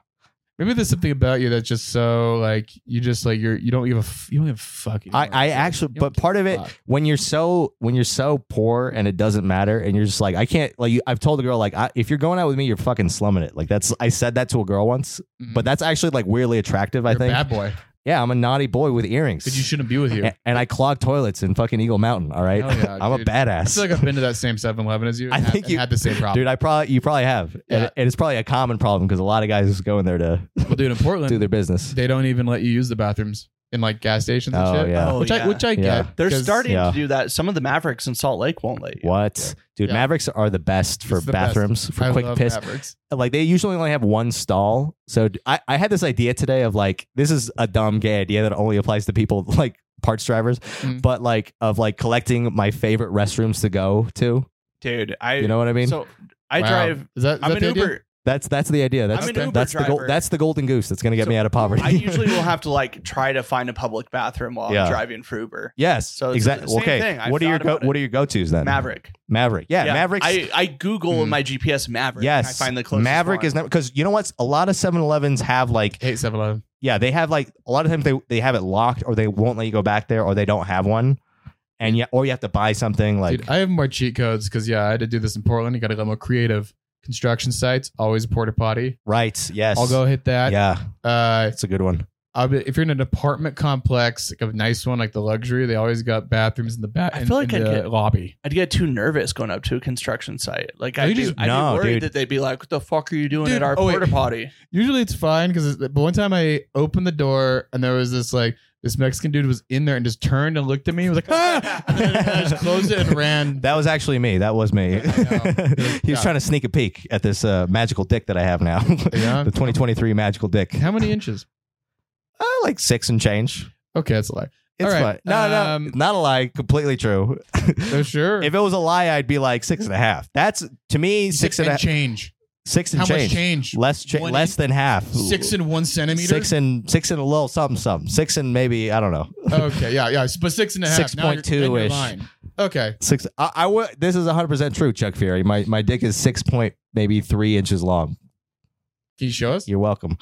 Maybe there's something about you that's just so like you just like you're you don't give a f- you don't give a fuck.
I,
anymore.
I
You
actually,
don't
but
give
part of
a
it
fuck.
when you're so when you're so poor and it doesn't matter, and you're just like I can't like you, I've told the girl like I, if you're going out with me, you're fucking slumming it. Like that's I said that to a girl once,
Mhm.
but that's actually like weirdly attractive. I
You're a
think.
bad boy.
Yeah, I'm a naughty boy with earrings.
But you shouldn't be with you.
A- and I clog toilets in fucking Eagle Mountain. All right,
Hell yeah,
I'm
dude.
a badass.
I feel like I've been to that same 7-Eleven as you.
I
and had-
think
and
you-
had the same problem.
Dude, I probably you probably have,
Yeah.
and, and it's probably a common problem because a lot of guys go in there to
Well, dude, in Portland,
do their business.
they don't even let you use the bathrooms in like gas stations and
Oh,
shit.
yeah.
Oh,
which
yeah.
I which I
Yeah.
get.
They're
'cause
starting
Yeah.
to do that. Some of the Mavericks in Salt Lake won't let you.
What, dude?
Yeah.
Mavericks are the best for
It's the best.
bathrooms for
I
quick
love
piss.
Mavericks.
Like they usually only have one stall. So d- I, I had this idea today of like this is a dumb gay idea that only applies to people like parts drivers,
Mm.
but like of like collecting my favorite restrooms to go to.
Dude, I
You know what I mean?
so I
Wow.
drive
Is that, is
I'm
that
an
the idea?
Uber.
that's that's the idea. That's
an Uber
that's the goal.
driver.
That's the golden goose that's gonna get
So
me out of poverty.
I usually will have to like try to find a public bathroom while
Yeah.
I'm driving for Uber.
yes.
So
So
it's
exactly.
the same
okay.
thing. I've
What are your
thought
go,
about it.
what are your go tos then?
Maverick.
Maverick. Yeah. Mavericks. Hmm.
I, I Google in my GPS Maverick. and
Yes.
I find the closest.
Maverick
one.
is never because you know what? A lot of 7-Elevens have like
Hate 7-Eleven.
yeah, they have like a lot of times they, they have it locked or they won't let you go back there or they don't have one. And yeah, or you have to buy something like
Dude, I have more cheat codes because yeah, I had to do this in Portland. You got to get more creative. Construction sites always a porta potty.
right, yes.
I'll go hit that.
Yeah,
Uh,
that's a good one.
I'll be, if you're in an apartment complex, like a nice one, like the luxury, they always got bathrooms in the back.
I feel like
in
I'd
the
get-
lobby.
I'd get too nervous going up to a construction site. Like
No,
I
you
do,
just-
I'd
no,
be worried
dude.
that they'd be like, "What the fuck are you doing
Dude,
at our
oh, wait.
porta potty?"
Usually it's fine because, but one time I opened the door and there was this like this Mexican dude was in there and just turned and looked at me. He was like, ah! and then I just closed it and ran.
That was actually me. That was me.
I know.
he was
Yeah.
trying to sneak a peek at this uh, magical dick that I have now.
Yeah.
the 2023 magical dick.
How many inches?
Uh, like six and change.
Okay, that's a lie.
It's
All
fine.
right,
No,
um,
no, not a lie. Completely true.
So sure.
if it was a lie, I'd be like six and a half. That's to me
You said
six and a half.
change.
Six and
How
change.
much change?
Less cha-
One
less than half.
Six and one centimeter.
Six and six and a little something something. Six and maybe I don't know.
okay, yeah, yeah, but six and a half.
Six
Now you're-
point two
then you're
ish.
lying. Okay,
Six. I, I would. This is hundred percent true, Chuck Fury. My my dick is six point maybe three inches long.
can you show us?
You're welcome.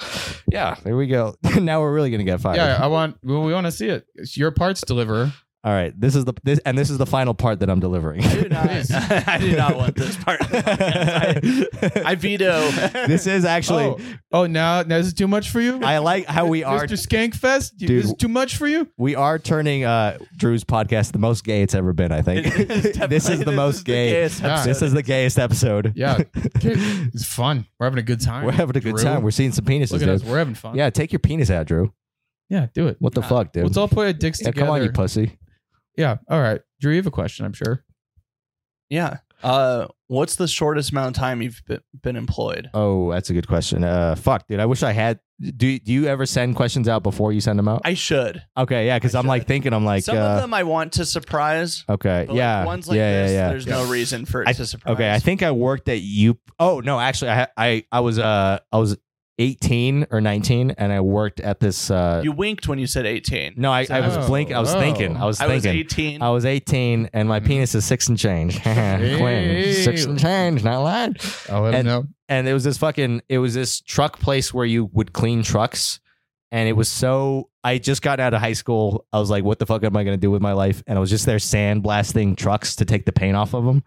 Yeah, there we go. now we're really gonna get fired.
Yeah, I want. Well, we want to see it. It's your parts deliverer.
All right. This is the this and this is the final part that I'm delivering.
I do not.
Yes.
I do not want this part. of the podcast. I, I veto.
this is actually.
oh, oh, now, now this is too much for
Oh.
you.
I like how we are
Mr. Skankfest. you-
Dude.
This is too much for you.
we are turning uh, Drew's podcast the most gay it's ever been. I think
It is definitely-
this is the most gay.
gayest
Yeah.
this is the gayest episode.
Yeah, okay, it's fun. We're having a good time.
we're having a good
Drew.
time. We're seeing some penises,
Look at
dude.
us. We're having fun.
Yeah, take your penis out, Drew.
yeah. Do it.
What the fuck, dude?
Let's all put our dicks
yeah,
together.
come on, you pussy.
yeah. All right, Drew. You have a question. I'm sure.
Yeah. Uh, what's the shortest amount of time you've be- been employed?
Oh, that's a good question. Uh, fuck, dude. I wish I had. Do Do you ever send questions out before you send them out?
I should.
okay, yeah, because
I
I'm like
should.
thinking, I'm like,
Some of
uh,
them I want to surprise.
okay,
But
yeah,
Like ones like
yeah,
this,
yeah, yeah.
there's
Yeah.
no reason for it to surprise.
Okay, I think I worked at you. Oh no, actually, I ha- I I was uh I was 18 or 19, and I worked at this. uh
you winked when you said 18.
No, I, I was
Oh,
blinking. I was
oh.
thinking. I was
I was
thinking.
18.
I was 18, and my
Mm.
penis is six and change. Quinn, six and change, not lying.
I'll let him
And-
know.
and it was this fucking it was this truck place where you would clean trucks and it was so i just got out of high school i was like what the fuck am i going to do with my life and i was just there sandblasting trucks to take the paint off of them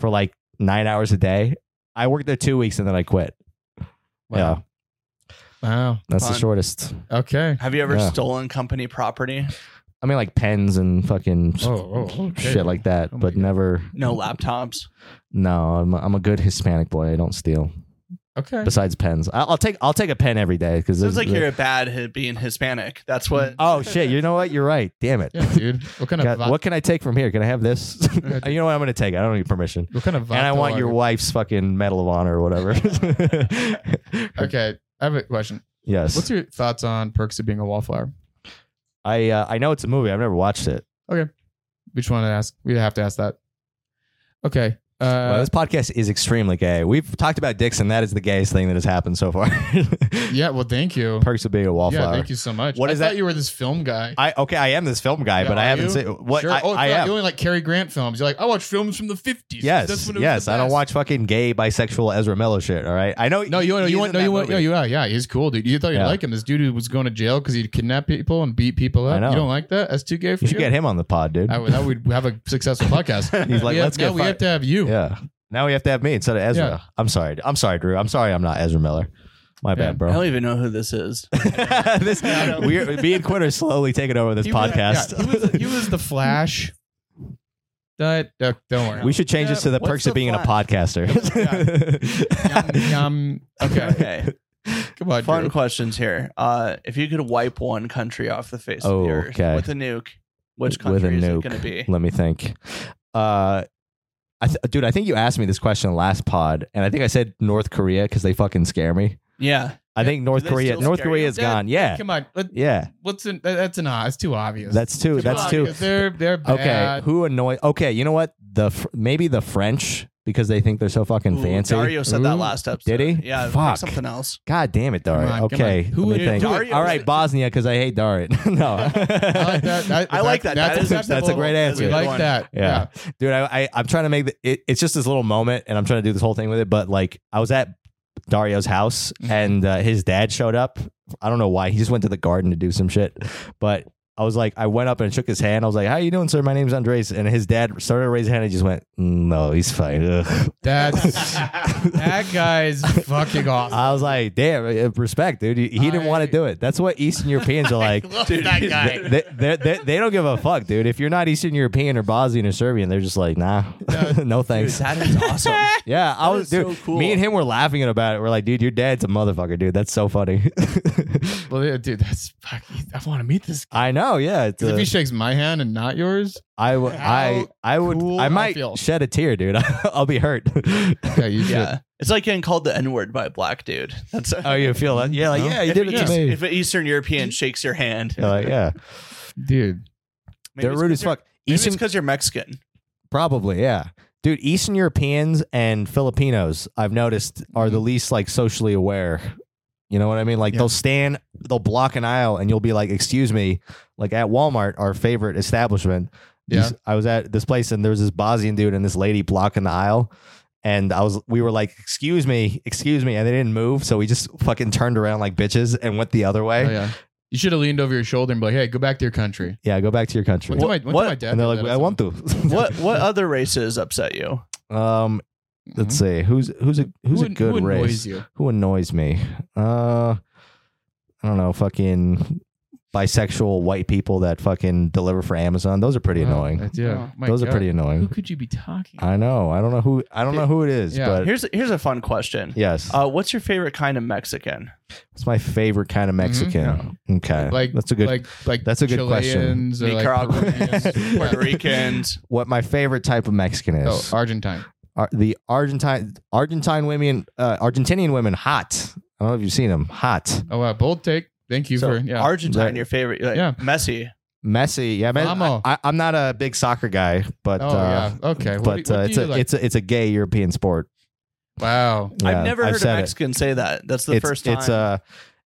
for like nine hours a day i worked there two weeks and then i quit yeah
Wow. Wow.
that's the
Fun.
shortest
Okay.
Have you ever
Yeah.
stolen company property?
i mean like pens and fucking
Oh, oh, okay.
shit like that
Oh my
but
God.
never
No laptops.
no I'm a, I'm a good hispanic boy i don't steal
Okay.
besides pens. I- I'll take I'll take a pen every day because
Sounds like you're a bad hit being Hispanic. That's what.
Oh shit! You know what? You're right. Damn it.
Yeah, dude. What kind of
God,
va-
what can I take from here? Can I have this? you know what? I'm gonna take. it. I don't need permission.
what kind of
and I
vodka
want your
lager-
wife's fucking Medal of Honor or whatever.
Okay, I have a question.
Yes.
What's your thoughts on Perks of Being a Wallflower?
I uh, I know it's a movie. I've never watched it.
We just wanted to ask. We have to ask that. Okay.
Well,
Uh,
this podcast is extremely gay. We've talked about dicks, and that is the gayest thing that has happened so far.
yeah. Well, thank you.
Perks of being a
Yeah,
wallflower.
thank you so much.
What
I
is
thought
that?
You were this film guy.
I okay, I am this film guy,
Yeah,
but I
are
haven't
you?
seen what
Sure.
I,
oh,
I
you
am.
only like Cary Grant films. You're like, I watch films from the fifties.
Yes, yes. I don't watch fucking gay bisexual Ezra Miller shit. All right, I know.
No, you no,
he's
you want
in
no,
that
you want
movie.
no, you are. Yeah, he's cool, dude. You thought you'd
Yeah.
like him. This dude who was going to jail because he'd kidnap people and beat people up.
I know.
You don't like that? That's too gay for
You
you.
should get him on the pod, dude.
I would, that would have a successful podcast.
He's like,
we have,
let's
now
get
we have
fired.
to have you.
yeah. Now we have to have me instead of Ezra.
Yeah.
I'm sorry. I'm sorry, Drew. I'm sorry. I'm not Ezra Miller. My
Yeah.
bad,
I
bro.
don't even know who this is.
this
I don't-
we're me and Quinn are slowly taking over this
He was-
podcast.
yeah, he, was, he was the Flash. That uh, don't worry.
we should change
Yeah,
this to the
what's
perks
the
of being a
flash?
podcaster.
um, okay,
Okay.
come on,
Fun
Drew.
questions here. Uh, if you could wipe one country off the face of the earth
Oh, Okay.
with a nuke, which
With a
country is
nuke.
it going to be?
Let me think. Uh, I th- dude, I think you asked me this question last pod, and I think I said North Korea because they fucking scare me.
Yeah.
I
Yeah.
think North
they
Korea.
still
North
scare
Korea
you?
is
That-
gone. Yeah,
Come on, Let-
yeah.
what's in, that- that's an ah, that's too obvious.
That's too.
Too
That's too.
obvious. They're they're bad.
Okay, who annoy? Okay, you know what? The fr- maybe the French because they think they're so fucking
Ooh,
fancy.
Dario said that
Ooh.
last episode.
Did he?
Yeah. pick
Fuck.
Something else.
God damn it, Dario.
Come on, come
okay,
on. Who
let me
would-
think.
who
would-
All right, Bosnia because I hate Dario. no,
I like that. that
I like that. That
That's,
is
acceptable.
That's a great answer.
We
acceptable. That's a good
like
one.
that.
Yeah. Dude, I, I I'm trying to make the, it, it's just this little moment, and I'm trying to do this whole thing with it. But like, I was at Dario's house, and uh, his dad showed up. I don't know why. He just went to the garden to do some shit. But I was like, I went up and shook his hand. I was like, "How you doing, sir? My name's Andres." And his dad started to raise his hand. and he just went, "No, he's fine." Ugh.
That's that guy's fucking awesome.
I was like, "Damn, eh, respect, dude. He, he didn't
I-
want to do it. That's what Eastern Europeans are like."
love that
They, they, they're- they, they don't give a fuck, dude. If you're not Eastern European or Bosnian or Serbian, they're just like, nah, no
Dude,
thanks.
that is awesome.
Yeah, I
That
was
is
dude.
so cool.
Me and him were laughing about it. We're like, dude, your dad's a motherfucker, dude. That's so funny.
Well, yeah, dude, that's fucking. I want to meet this.
I know. Yeah, it's
Because if
a-
he shakes my hand and not yours,
I w- I I would
cool
I
I
might
feel.
shed a tear, dude. I'll be hurt.
yeah, you should.
Yeah. Uh, It's like getting called the N word by a black dude. That's
oh, you feel that? Yeah, like
No.
yeah, you
If
did
an
it to
East-
me.
If an Eastern European shakes your hand,
You're like, yeah,
dude.
Maybe
they're
it's
rude
'cause
as
you're-
fuck.
Maybe it's
Eastern
because you're Mexican.
Probably, yeah. Dude, Eastern Europeans and Filipinos, I've noticed, are the least like socially aware. You know what I mean? Like
Mm-hmm. Yeah.
they'll stand, they'll block an aisle, and you'll be like, "Excuse me." Like at Walmart, our favorite establishment.
Yeah.
these- I was at this place, and there was this Bosnian dude and this lady blocking the aisle, and I was, we were like, "Excuse me, excuse me," and they didn't move, so we just fucking turned around like bitches and went the other way.
Oh,
yeah.
yeah. You should have leaned over your shoulder and be like, "Hey, go back to your country."
go back to your country.
One time, I,
What-
one time
what-
my dad
And they're
did
like,
that
"I
at
want to."
What what other races upset you?
Um,
some-
let's see who's who's a who's
Mm-hmm. who,
a good
who annoys
race
You?
who annoys me uh i don't know fucking bisexual white people that fucking deliver for amazon those are pretty
Wow,
annoying
Uh, that's- Yeah, Oh My
those are
God.
pretty
Who
annoying
could you be talking?
i know i don't know who i don't know who it is
Yeah.
but
Here's here's a fun question.
yes
Uh, what's your favorite kind of Mexican?
it's my favorite kind of mexican okay
mm-hmm. like
that's a good
like like
that's a good question.
Chileans or like
Nicaraguans,
Peruvians.
Puerto
Yeah.
Ricans.
what my favorite type of mexican
Oh,
is
Argentine.
Ar- the argentine argentine women uh, argentinian women hot i don't know if you've seen them hot
Oh, wow. bold take. Thank you
So,
for yeah.
Argentine,
Right.
your favorite. Like,
Yeah.
Messi.
Messi, yeah, man.
Vamos.
I, I, am not a big soccer guy, but
oh
uh,
yeah. Okay. What do-
but
what
uh,
do
it's a
you like?
it's a it's a gay European sport.
wow.
Yeah,
I've never heard a
said it.
Mexican say that. That's the
it's,
first time.
It's uh,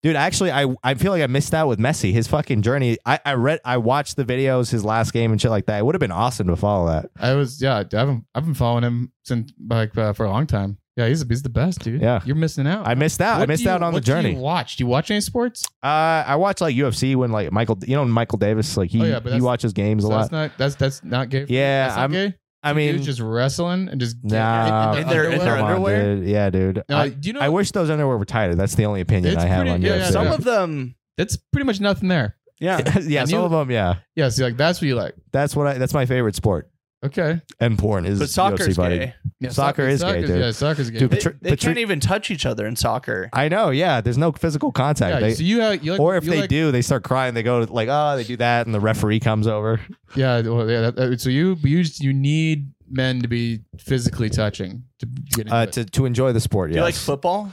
dude. Actually, I I feel like I missed out with Messi. His fucking journey. I I read I watched the videos, his last game and shit like that. It would have been awesome to follow that.
I was yeah. I haven't I've been following him since like uh, for a long time. Yeah, he's he's the best dude.
Yeah.
you're missing out.
I missed out. I
What
missed
do you-
out on the
what do you
journey.
watch? Do you watch any sports?
Uh, I watched like UFC when like Michael, you know Michael Davis, like he
Oh, yeah, but
he
that's-
watches games a
So
lot.
that's not that's that's not gay. for you?
Yeah,
That's not
I'm-
gay?
I
Dude,
mean,
just wrestling and just
nah,
in their- in their
come on,
underwear?
dude. Yeah, dude.
No,
I,
do you know
I wish those underwear were tighter. That's the only opinion
It's
I have
pretty-
on
yeah,
UFC.
yeah,
some
yeah.
of them.
that's pretty much nothing there.
Yeah.
yeah,
And
some
you-
of them. Yeah,
Yeah, so like that's what you like.
that's what I. That's my favorite sport.
Okay.
and porn is
But soccer's
UFC fighting.
gay.
Yeah,
Soccer is gay,
soccer's-
dude.
Yeah, soccer's gay.
Dude,
They,
Patri-
they
Patri-
can't even touch each other in soccer.
I know. Yeah, there's no physical contact.
yeah,
They-
so you have, you like,
or if
you
they
like-
do, they start crying. They go to, like, oh, they do that, and the referee comes over.
yeah, well, yeah. That, that- so you, you, just- you need men to be physically touching to get into
Uh,
it.
to to enjoy the sport.
Do
Yes,
you like football?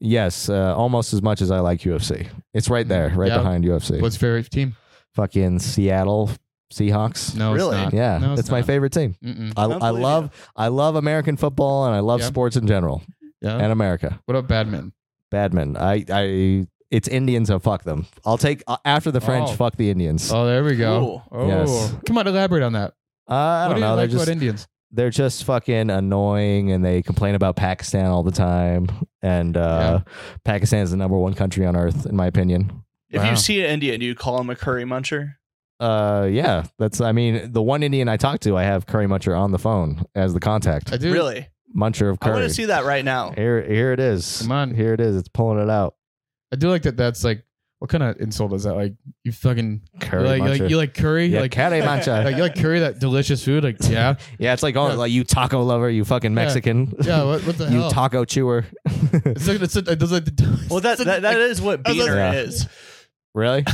yes, uh, almost as much as I like UFC. It's right there, right
Yeah.
behind UFC.
What's your favorite team?
Fucking Seattle Seahawks.
No,
Really?
It's not.
Yeah,
no,
it's, my favorite team.
favorite.
I,
I don't
I
believe
love I love American football and I love
Yeah.
sports in general
Yeah.
and America.
what about badminton?
Badminton. I I it's Indian, so fuck them. I'll take uh, after the French.
Oh.
Fuck the Indians.
Oh, there we go.
Cool.
Oh,
Yes.
come on, elaborate on that.
Uh, I
what
don't
do you
know. They're
like
just
about Indians?
they're just fucking annoying and they complain about Pakistan all the time. And uh, Pakistan is the number one country on earth, in my opinion.
If
Wow.
you see an Indian, do you call him a curry muncher?
Uh, yeah, that's. I mean, the one Indian I talked to, I have Curry Muncher on the phone as the contact.
I do.
Really?
Muncher of
I want
Curry.
to see that right now.
here, here it is.
Come on.
Here it is. It's pulling it out.
I do like that. That's like what kind of insult is that? Like you fucking
Curry
you like, you
Muncher.
like you like curry
yeah,
like,
Curry Muncher.
like you like curry that delicious food like yeah
Yeah, it's like oh,
Yeah.
like you taco lover, you fucking Mexican.
yeah what, what the
you
hell?
taco chewer.
it's like, it's like, it's like
Well, that, that, that is what
I was
beaner
like-
is.
really?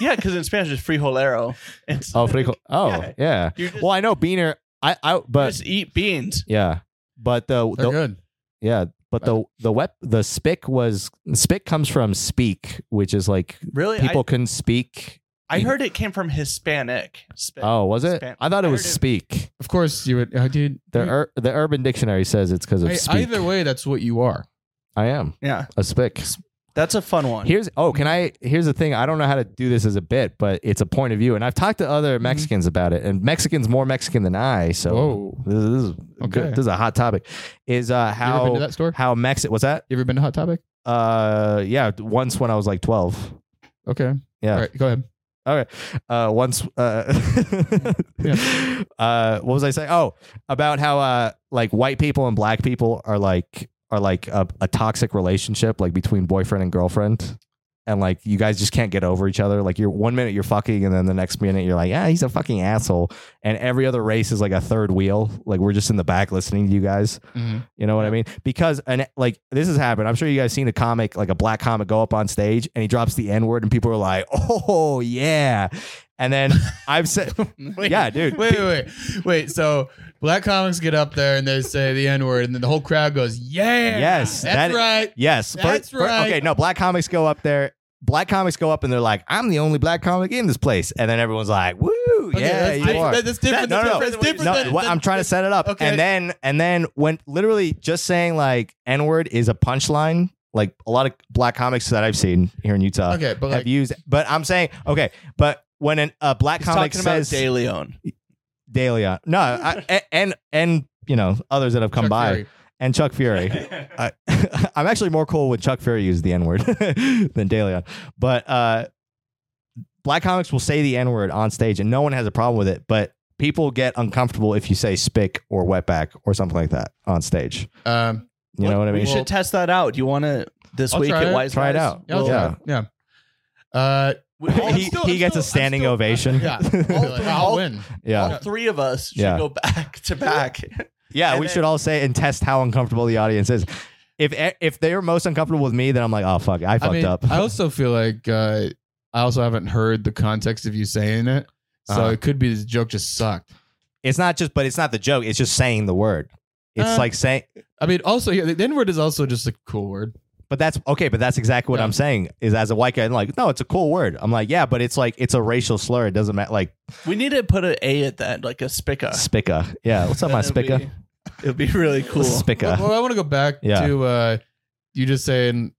Yeah, because in Spanish it's frijolero. It's,
Oh, frico. Oh,
Yeah.
yeah.
you just,
Well, I know beaner. I I but
just eat beans.
yeah, but the,
they're
the-
good.
yeah, but the the wep the spic was spic comes from speak, which is like
Really?
people couldn't speak.
I, I heard it came from Hispanic. Sp-
Oh, was it?
Span-
I thought
I
it was
heard it-
speak.
Of course you would. Oh, dude,
The
you-
ur- the Urban Dictionary says it's because of
I-
speak.
either way, that's what you are.
I am
Yeah,
a spic.
that's a fun one.
Here's oh, can I? Here's the thing. I don't know how to do this as a bit, but it's a point of view, and I've talked to
Mm-hmm.
other Mexicans about it, and Mexicans more Mexican than I. So
Whoa.
this is
Okay.
good. This is a hot topic. Is uh
you ever been to
how
that store?
how Mexican? What's that?
You ever been to Hot Topic?
Uh, yeah. Once when I was like twelve.
Okay.
Yeah.
All right, go ahead.
Uh, once. Uh, uh, what was I saying? Oh, about how uh like white people and black people are like are like a, a toxic relationship like between boyfriend and girlfriend. And like you guys just can't get over each other. Like you're one minute you're fucking, and then the next minute you're like, yeah, he's a fucking asshole. And every other race is like a third wheel. Like we're just in the back listening to you guys. You know what I mean? Because and like this has happened. I'm sure you guys seen a comic, like a black comic, go up on stage and he drops the N word, and people are like, "Oh yeah," and then I've said,
Wait,
"Yeah, dude."
Mm-hmm. Wait, wait, wait, wait. So black comics get up there and they say the N word, and then the whole crowd goes, "Yeah,
Yes,
that's
that-
right."
Yes,
That's right.
okay, no, black comics go up there. Black comics go up and they're like, "I'm the only black comic in this place," and then everyone's like, "Woo,
Okay,
Oh, yeah,
that's
you
different.
are."
That- That's different.
no,
that's
no,
different.
no.
That's different
No,
than-
what- I'm
than-
trying to set it up,
Okay.
and then and then when literally just saying like N word is a punchline. Like a lot of black comics that I've seen here in Utah,
Okay, but
have
like,
used. But I'm saying, okay, but when an, a black
He's
comic
talking about
says
De Leon.
daily, on, no, I, and- and and you know others that have come
Chuck
by,
Berry.
and Chuck Fury.
That's
I, I'm actually more cool when Chuck Fury uses the N word than Daily on, but uh, black comics will say the N word on stage, and no one has a problem with it, but. People get uncomfortable if you say spick or wetback or something like that on stage.
Um,
You know what I
We
mean?
should test that out. Do you want to this
I'll
week
try
at
it.
Wise
Try it
Guys?
out.
yeah, I'll
We'll-
Yeah.
try it. yeah. Uh,
we- all-
he,
still-
he
I'm
gets
still-
a
I'm
standing
still-
ovation.
yeah, I'll, I'll win.
yeah.
all three of us should
Yeah.
go back to back.
Yeah,
And
we
then-
should all say and test how uncomfortable the audience is. If e, if they're most uncomfortable with me, then I'm like, oh fuck, I fucked
I mean,
up.
I also feel like uh, I also haven't heard the context of you saying it, so
Uh-huh.
it could be the joke just sucked.
it's not just, but it's not the joke. It's just saying the word. It's
Uh,
like saying,
I mean, also yeah, the N word is also just a cool word.
but that's okay. But that's exactly what
Yeah.
I'm saying. Is as a white guy, I'm like, no, it's a cool word. I'm like, yeah, but it's like it's a racial slur. It doesn't matter. Like
We need to put an A at that, like a spica.
spica. Yeah, what's up, my
That'd
spica?
be- It'd be really cool.
Spica.
Well, I want to go back
Yeah.
to uh, you just saying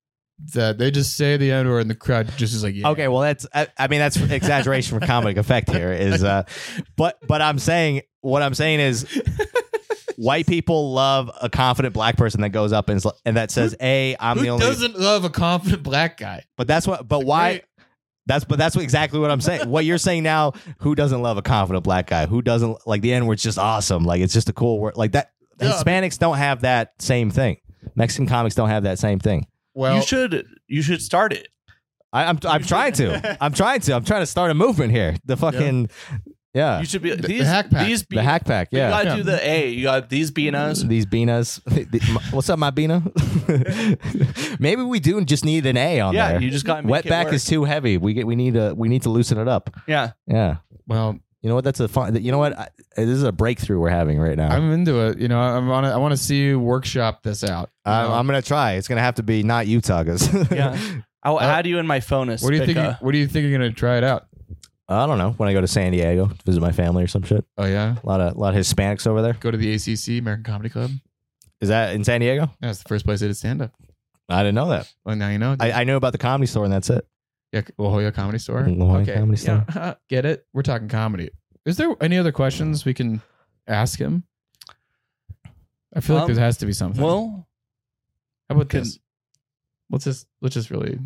that they just say the N word and the crowd just is like, yeah.
Okay, well that's I, I mean that's exaggeration for comedic effect here is uh but but I'm saying what I'm saying is white people love a confident black person that goes up and, is li- and that says, "Hey, I'm
Who
the only
doesn't love a confident black guy?
But that's what but why
Great.
that's but that's what, exactly what I'm saying. what you're saying now, who doesn't love a confident black guy? Who doesn't like the N word's just awesome. Like it's just a cool word. Like that
Yeah.
Hispanics don't have that same thing. Mexican comics don't have that same thing.
Well,
you should you should start it.
I, I'm I'm trying to. I'm trying to. I'm trying to start a movement here. The fucking Yeah.
You should be
The-
these
the hack pack.
These be,
the hack pack.
You
Yeah.
gotta do the A. You got these beanas.
These beanas. What's up, my beana? Maybe we do just need an A on
Yeah,
there.
you just got
Wet back is too heavy. We get we need a we need to loosen it up.
yeah.
Yeah.
Well,
You know what? That's a fun. You know what? I, this is a breakthrough we're having right now. I'm,
I'm into it. You know, I'm on. it. I want to see you workshop this out. You know?
I'm gonna try. It's gonna have to be not Utah guys.
Yeah. I'll
Uh,
add you in my phonus.
what do you think?
Spica.
what do you think you're gonna try it out?
I don't know. When I go to San Diego to visit my family or some shit.
Oh yeah,
A lot of lot of Hispanics over there.
go to the ACC American Comedy Club.
Is that in San Diego?
That's the first place I did stand up.
I didn't know that.
Well, now you know.
I, I knew about the comedy store and that's it.
yeah, La Jolla Comedy Store.
La Jolla Comedy
yeah, uh, get it. We're talking comedy. Is there any other questions we can ask him? I feel like
Um,
there has to be something.
Well,
How about
Can-
this? Let's just let's just really,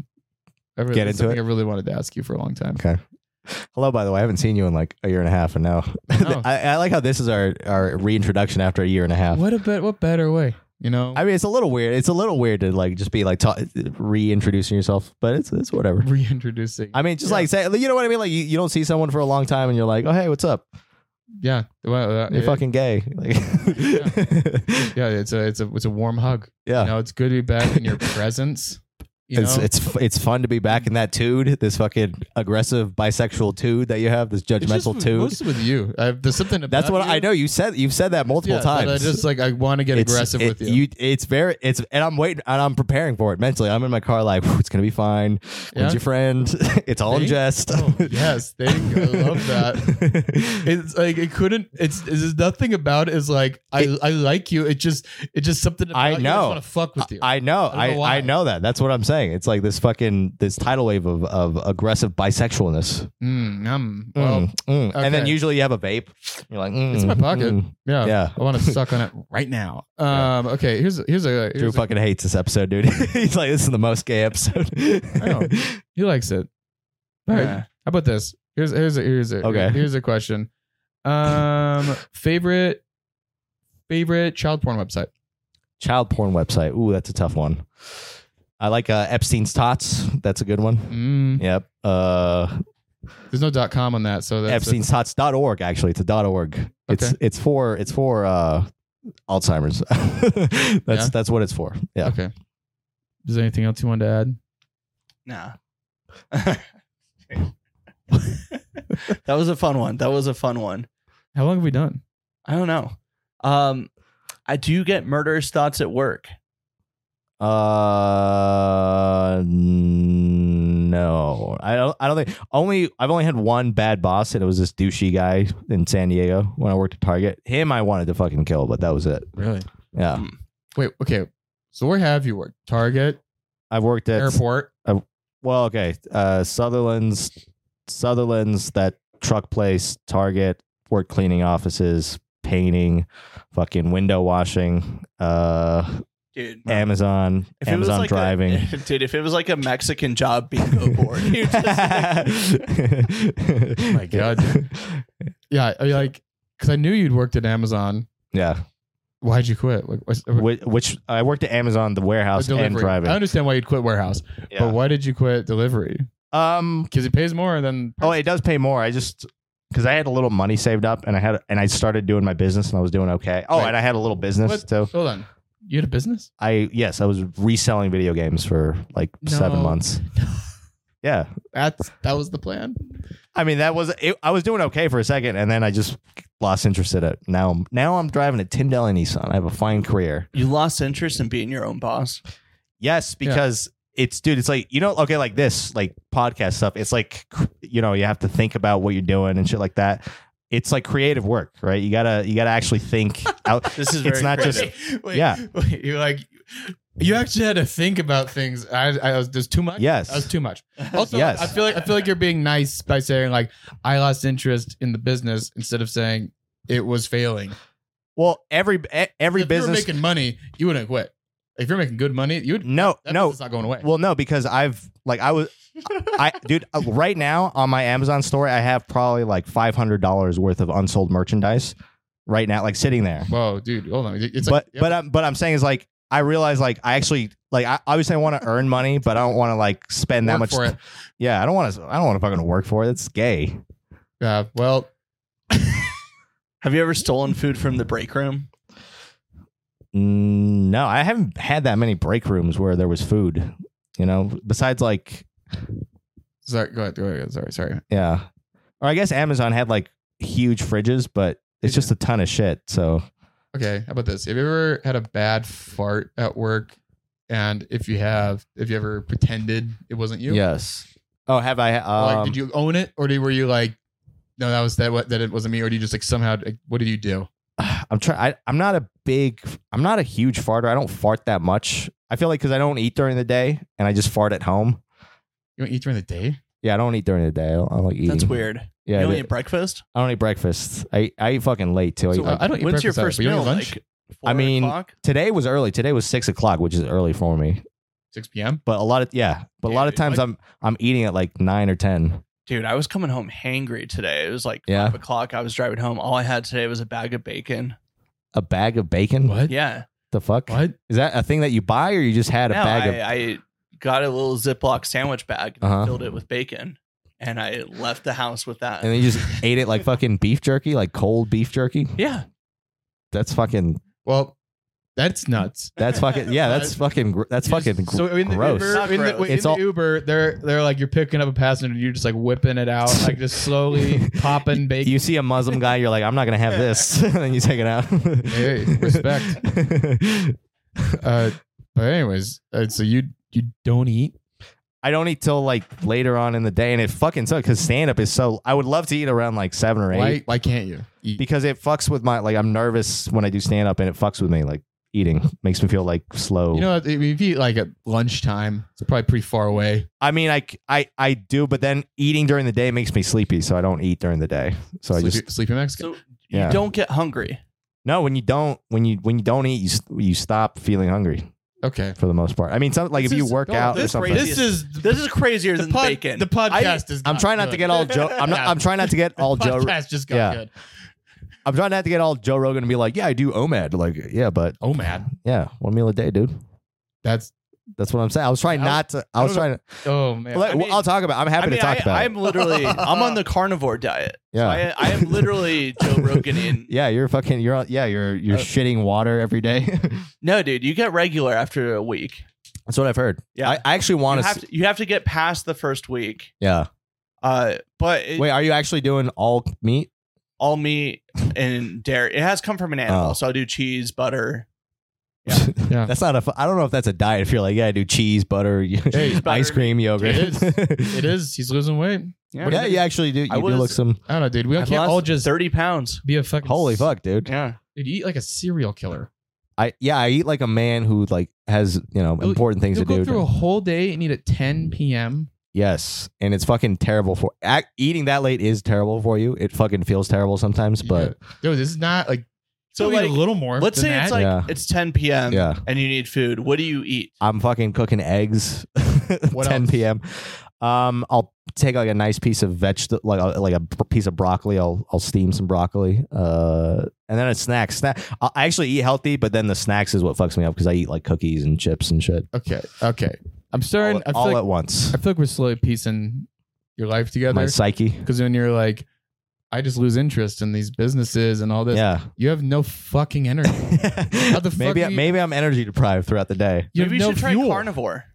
I really
Get
that's
into
something I really wanted to ask you for a long time.
Okay. Hello, by the way. I haven't seen you in like a year and a half, and now
know.
I, I like how this is our our reintroduction after a year and a half.
What a bet, what better way? You know,
I mean, it's a little weird. It's a little weird to like just be like ta- reintroducing yourself, but it's it's whatever.
reintroducing.
I mean, just
Yeah.
like say, you know what I mean? Like you, you don't see someone for a long time, and you're like, oh hey, what's up?
Uh, yeah, well, uh,
You're
it-
fucking gay. Like, yeah,
Yeah, it's a it's a it's a warm hug. You know, it's good to be back in your presence. You
it's
know,
it's f- it's fun to be back in that dude, this fucking aggressive bisexual dude that you have, this
It's just
judgmental
with-
dude.
Most with you, I, there's something. About
That's what
you.
I know. You said you've said that multiple
Yeah, that
times.
I just like I want to get
It's-
aggressive
it-
with you.
It's very. It's and I'm waiting and I'm preparing for it mentally. I'm in my car like "Whew, it's gonna be fine.
Yeah.
When's your friend? It's all in
Thank-
jest.
Oh, yes, thank you. I love that. It's like it couldn't. It's there's nothing about it is like I I like you. It just it just something. About
I
you. I
know.
want to fuck with you.
I know.
I
I,
don't know
I,
why.
know that. That's what I'm saying. It's like this fucking this tidal wave of of aggressive bisexualness.
Mm, um, well,
Mm, mm. And then
okay.
usually you have a vape. You're like, mm,
It's in my pocket. Oh.
mm.
yeah,
Yeah.
I want to suck on it right now. Um, okay, here's here's a
Drew
here's a,
fucking hates this episode, dude. He's like, this is the most gay episode.
know. he likes it. All right,
yeah.
How about this? Here's here's a here's a
Okay.
here's a question. Um favorite favorite child porn website.
Child porn website. Ooh, that's a tough one. I like uh, Epstein's Tots. That's a good one.
Mm,
Yep. Uh,
there's no dot com on that, so that's a-
Epstein'sTots.org. Actually, it's a dot .org. It's
Okay.
it's for it's for uh, Alzheimer's. that's
Yeah.
that's what it's for. Yeah.
okay. Is there anything else you want to add?
Nah. that was a fun one. That was a fun one.
How long have we done?
I don't know. Um, I do get murderous thoughts at work.
Uh, no, I don't. I don't think only. I've only had one bad boss, and it was this douchey guy in San Diego when I worked at Target. Him, I wanted to fucking kill, but that was it.
Really?
Yeah,
Um,
Wait, okay. So where have you worked? Target,
I've worked at
airport.
well, okay, uh, Sutherland's, Sutherland's that truck place, Target, worked cleaning offices, painting, fucking window washing, uh,
Dude,
Amazon,
If it was
Amazon
like a-
driving.
dude, if it was like a Mexican job bingo board, you'd just- "Oh
my
God. Yeah, I like because I knew you'd worked at Amazon.
Yeah.
Why'd you quit? Like, what's- uh,
Which, which I worked at Amazon, the warehouse, and
delivery. I
driving.
understand why you'd quit warehouse,
Yeah.
but why did you quit delivery?
Um.
Because it pays more than
Oh, it does pay more. I just because I had a little money saved up, and I had and I started doing my business, and I was doing okay. Oh,
Right.
and I had a little business
What?
too.
Hold on. You had a business?
I yes, I was reselling video games for like seven
No.
months. Yeah,
That's that was the plan.
I mean that was it, I was doing okay for a second, and then I just lost interest in it. Now I'm now I'm driving a Tyndale and Nissan. I have a fine career.
you lost interest in being your own boss.
Yes,
Yeah.
because it's dude, it's like you know, okay, like this, like podcast stuff. It's like you know, you have to think about what you're doing and shit like that. It's like creative work, right? You gotta you gotta actually think out.
This is
It's
very
not just-
creative.
wait,
yeah.
Wait, you like you actually had to think about things. I, I was there's too much.
Yes.
that was too much. Also,
Yes.
I feel like I feel like you're being nice by saying like I lost interest in the business instead of saying it was failing.
Well, every e- every
if you were
business,
making money, you wouldn't quit. If you're making good money, you would.
no,
That
no.
business is not going away.
Well, no, because I've like I was, I dude, uh, right now on my Amazon store, I have probably like five hundred dollars worth of unsold merchandise right now, like sitting there.
Whoa, dude, hold on. It's
but
like, yeah,
but I'm but I'm saying is like I realize like I actually like I obviously I want to earn money, but I don't want to like spend that
work
much.
for it.
Yeah, I don't want to. I don't want to fucking work for it. It's gay.
Yeah, well,
Have you ever stolen food from the break room?
Mm, No, I haven't had that many break rooms where there was food. You know, besides like
Sorry, go ahead. Go ahead. Sorry, sorry.
yeah, or I guess Amazon had like huge fridges, but it's
They
just a ton of shit. So
Okay, how about this? Have you ever had a bad fart at work? And if you have, if you ever pretended it wasn't you?
yes. Oh, have I? Um,
like, did you own it, or did, were you like, no, that was that what that it wasn't me, or do you just like somehow? Like, what did you do?
I'm trying. I'm not a big. I'm not a huge farter. I don't fart that much. I feel like because I don't eat during the day and I just fart at home.
You don't eat during the day.
Yeah, I don't eat during the day. I don't, I don't like eating.
That's weird.
Yeah,
you
I,
only
do-
eat breakfast.
I don't eat breakfast. I, I eat fucking late too. I
So,
eat
uh,
like-
I don't eat
When's your
breakfast either,
first
but you don't
meal?
eat lunch.
Like four
I mean-
o'clock?
today was early. Today was six o'clock, which is early for me.
Six p.m.
But a lot of yeah, but a lot of
Dude,
times
like-
I'm I'm eating at like nine or ten.
dude, I was coming home hangry today. It was like
Yeah.
five o'clock. I was driving home. All I had today was a bag of bacon.
A bag of bacon.
What?
Yeah,
the fuck? Is
What?
that a thing that you buy or you just had a
no,
bag
I,
of?
I got a little Ziploc sandwich bag and
Uh-huh.
filled it with bacon, and I left the house with that.
And then you just ate it like fucking beef jerky, like cold beef jerky.
yeah,
That's fucking.
Well, that's nuts.
That's fucking. Yeah, that's fucking. gr- That's
You're
fucking.
just- so in the
gross.
Uber, in the,
Gross.
in
It's
the
all-
Uber, they're they're like you're picking up a passenger, and you're just like whipping it out, like just slowly popping bacon.
You see a Muslim guy, you're like, I'm not gonna have this. and then you take it out.
Hey, respect. uh, but anyways, uh, so you you don't eat.
I don't eat till like later on in the day, and it fucking sucks because stand up is so. I would love to eat around like seven or eight
Why why can't you eat?
because it fucks with my like. I'm nervous when I do stand up, and it fucks with me like eating makes me feel like slow.
You know, if you eat like at lunchtime, it's probably pretty far away.
I mean, I, c- I I do, but then eating during the day makes me sleepy, so I don't eat during the day. So I
sleepy,
just
sleepy Mexican.
so
Yeah.
you don't get hungry.
no when you don't when you when you don't eat you s- you stop feeling hungry
okay.
for the most part. I mean, some, like
This
if you
is-
work
don't-
out or
this
something.
crazy-
This is
This is crazier than
pod-
bacon.
The podcast is.
I'm trying not to
good.
get all Joe. I'm not.
Yeah.
I'm trying not to get all
The
Joe.
Podcast just got
Yeah.
good.
I'm trying not to get all Joe Rogan and be like, yeah, I do OMAD. Like, yeah, but
Oh man,
yeah, one meal a day, dude.
that's
That's what I'm saying. I was trying
I don't-
not to. I
I
was
don't
trying to.
oh man.
Like,
I mean-
I'll talk about. It. I'm happy
I mean,
to talk
I,
about.
I'm
it.
literally, I'm on the carnivore diet.
Yeah.
I, I am literally Joe Rogan in.
yeah, you're fucking. You're on- yeah, you're you're
Uh,
shitting water every day.
No, dude, you get regular after a week.
That's what I've heard.
Yeah.
I, I actually
You
want
have,
to.
to, you have to get past the first week.
Yeah.
Uh, but it,
Wait, are you actually doing all meat?
all meat and dairy. It has come from an animal,
Oh.
so I do cheese, butter,
Yeah.
That's not a. fu- I don't know if that's a diet. If you're like, yeah, I do cheese, butter, ice
butter.
cream, yogurt.
It is. it is. He's losing weight.
Yeah,
Yeah, you actually do. You
I
do
was-
look some.
I don't know, dude. We
I've
can't all
lost
just
thirty pounds.
be a fucking
Holy fuck, dude.
Yeah,
Dude, you eat like a serial killer.
I yeah, I eat like a man who like has you know
You'll-
important things
You'll
to
go
do.
through a whole day and eat at 10 p.m.
yes, and it's fucking terrible for ac- eating that late is terrible for you. It fucking feels terrible sometimes, but
Yeah. dude, this is not like
So,
so like,
like,
a little more.
let's
than
say it's
that.
like
Yeah.
it's ten p.m.
yeah,
and you need food. What do you eat?
I'm fucking cooking eggs.
What
10
else?
p.m. Um, I'll take like a nice piece of vegetable, like a, like a b- piece of broccoli. I'll I'll steam some broccoli. Uh, and then a snack. Snack. I I actually eat healthy, but then the snacks is what fucks me up because I eat like cookies and chips and shit
okay, okay. I'm starting.
all,
I feel
all
like
at once.
I feel like we're slowly piecing your life
My
together
psyche.
because when you're like, I just lose interest in these businesses and all this.
Yeah.
You have no fucking energy. the fuck
maybe
do you-
maybe I'm energy deprived throughout the day.
You
Maybe
have
you
no
should try
fuel.
carnivore.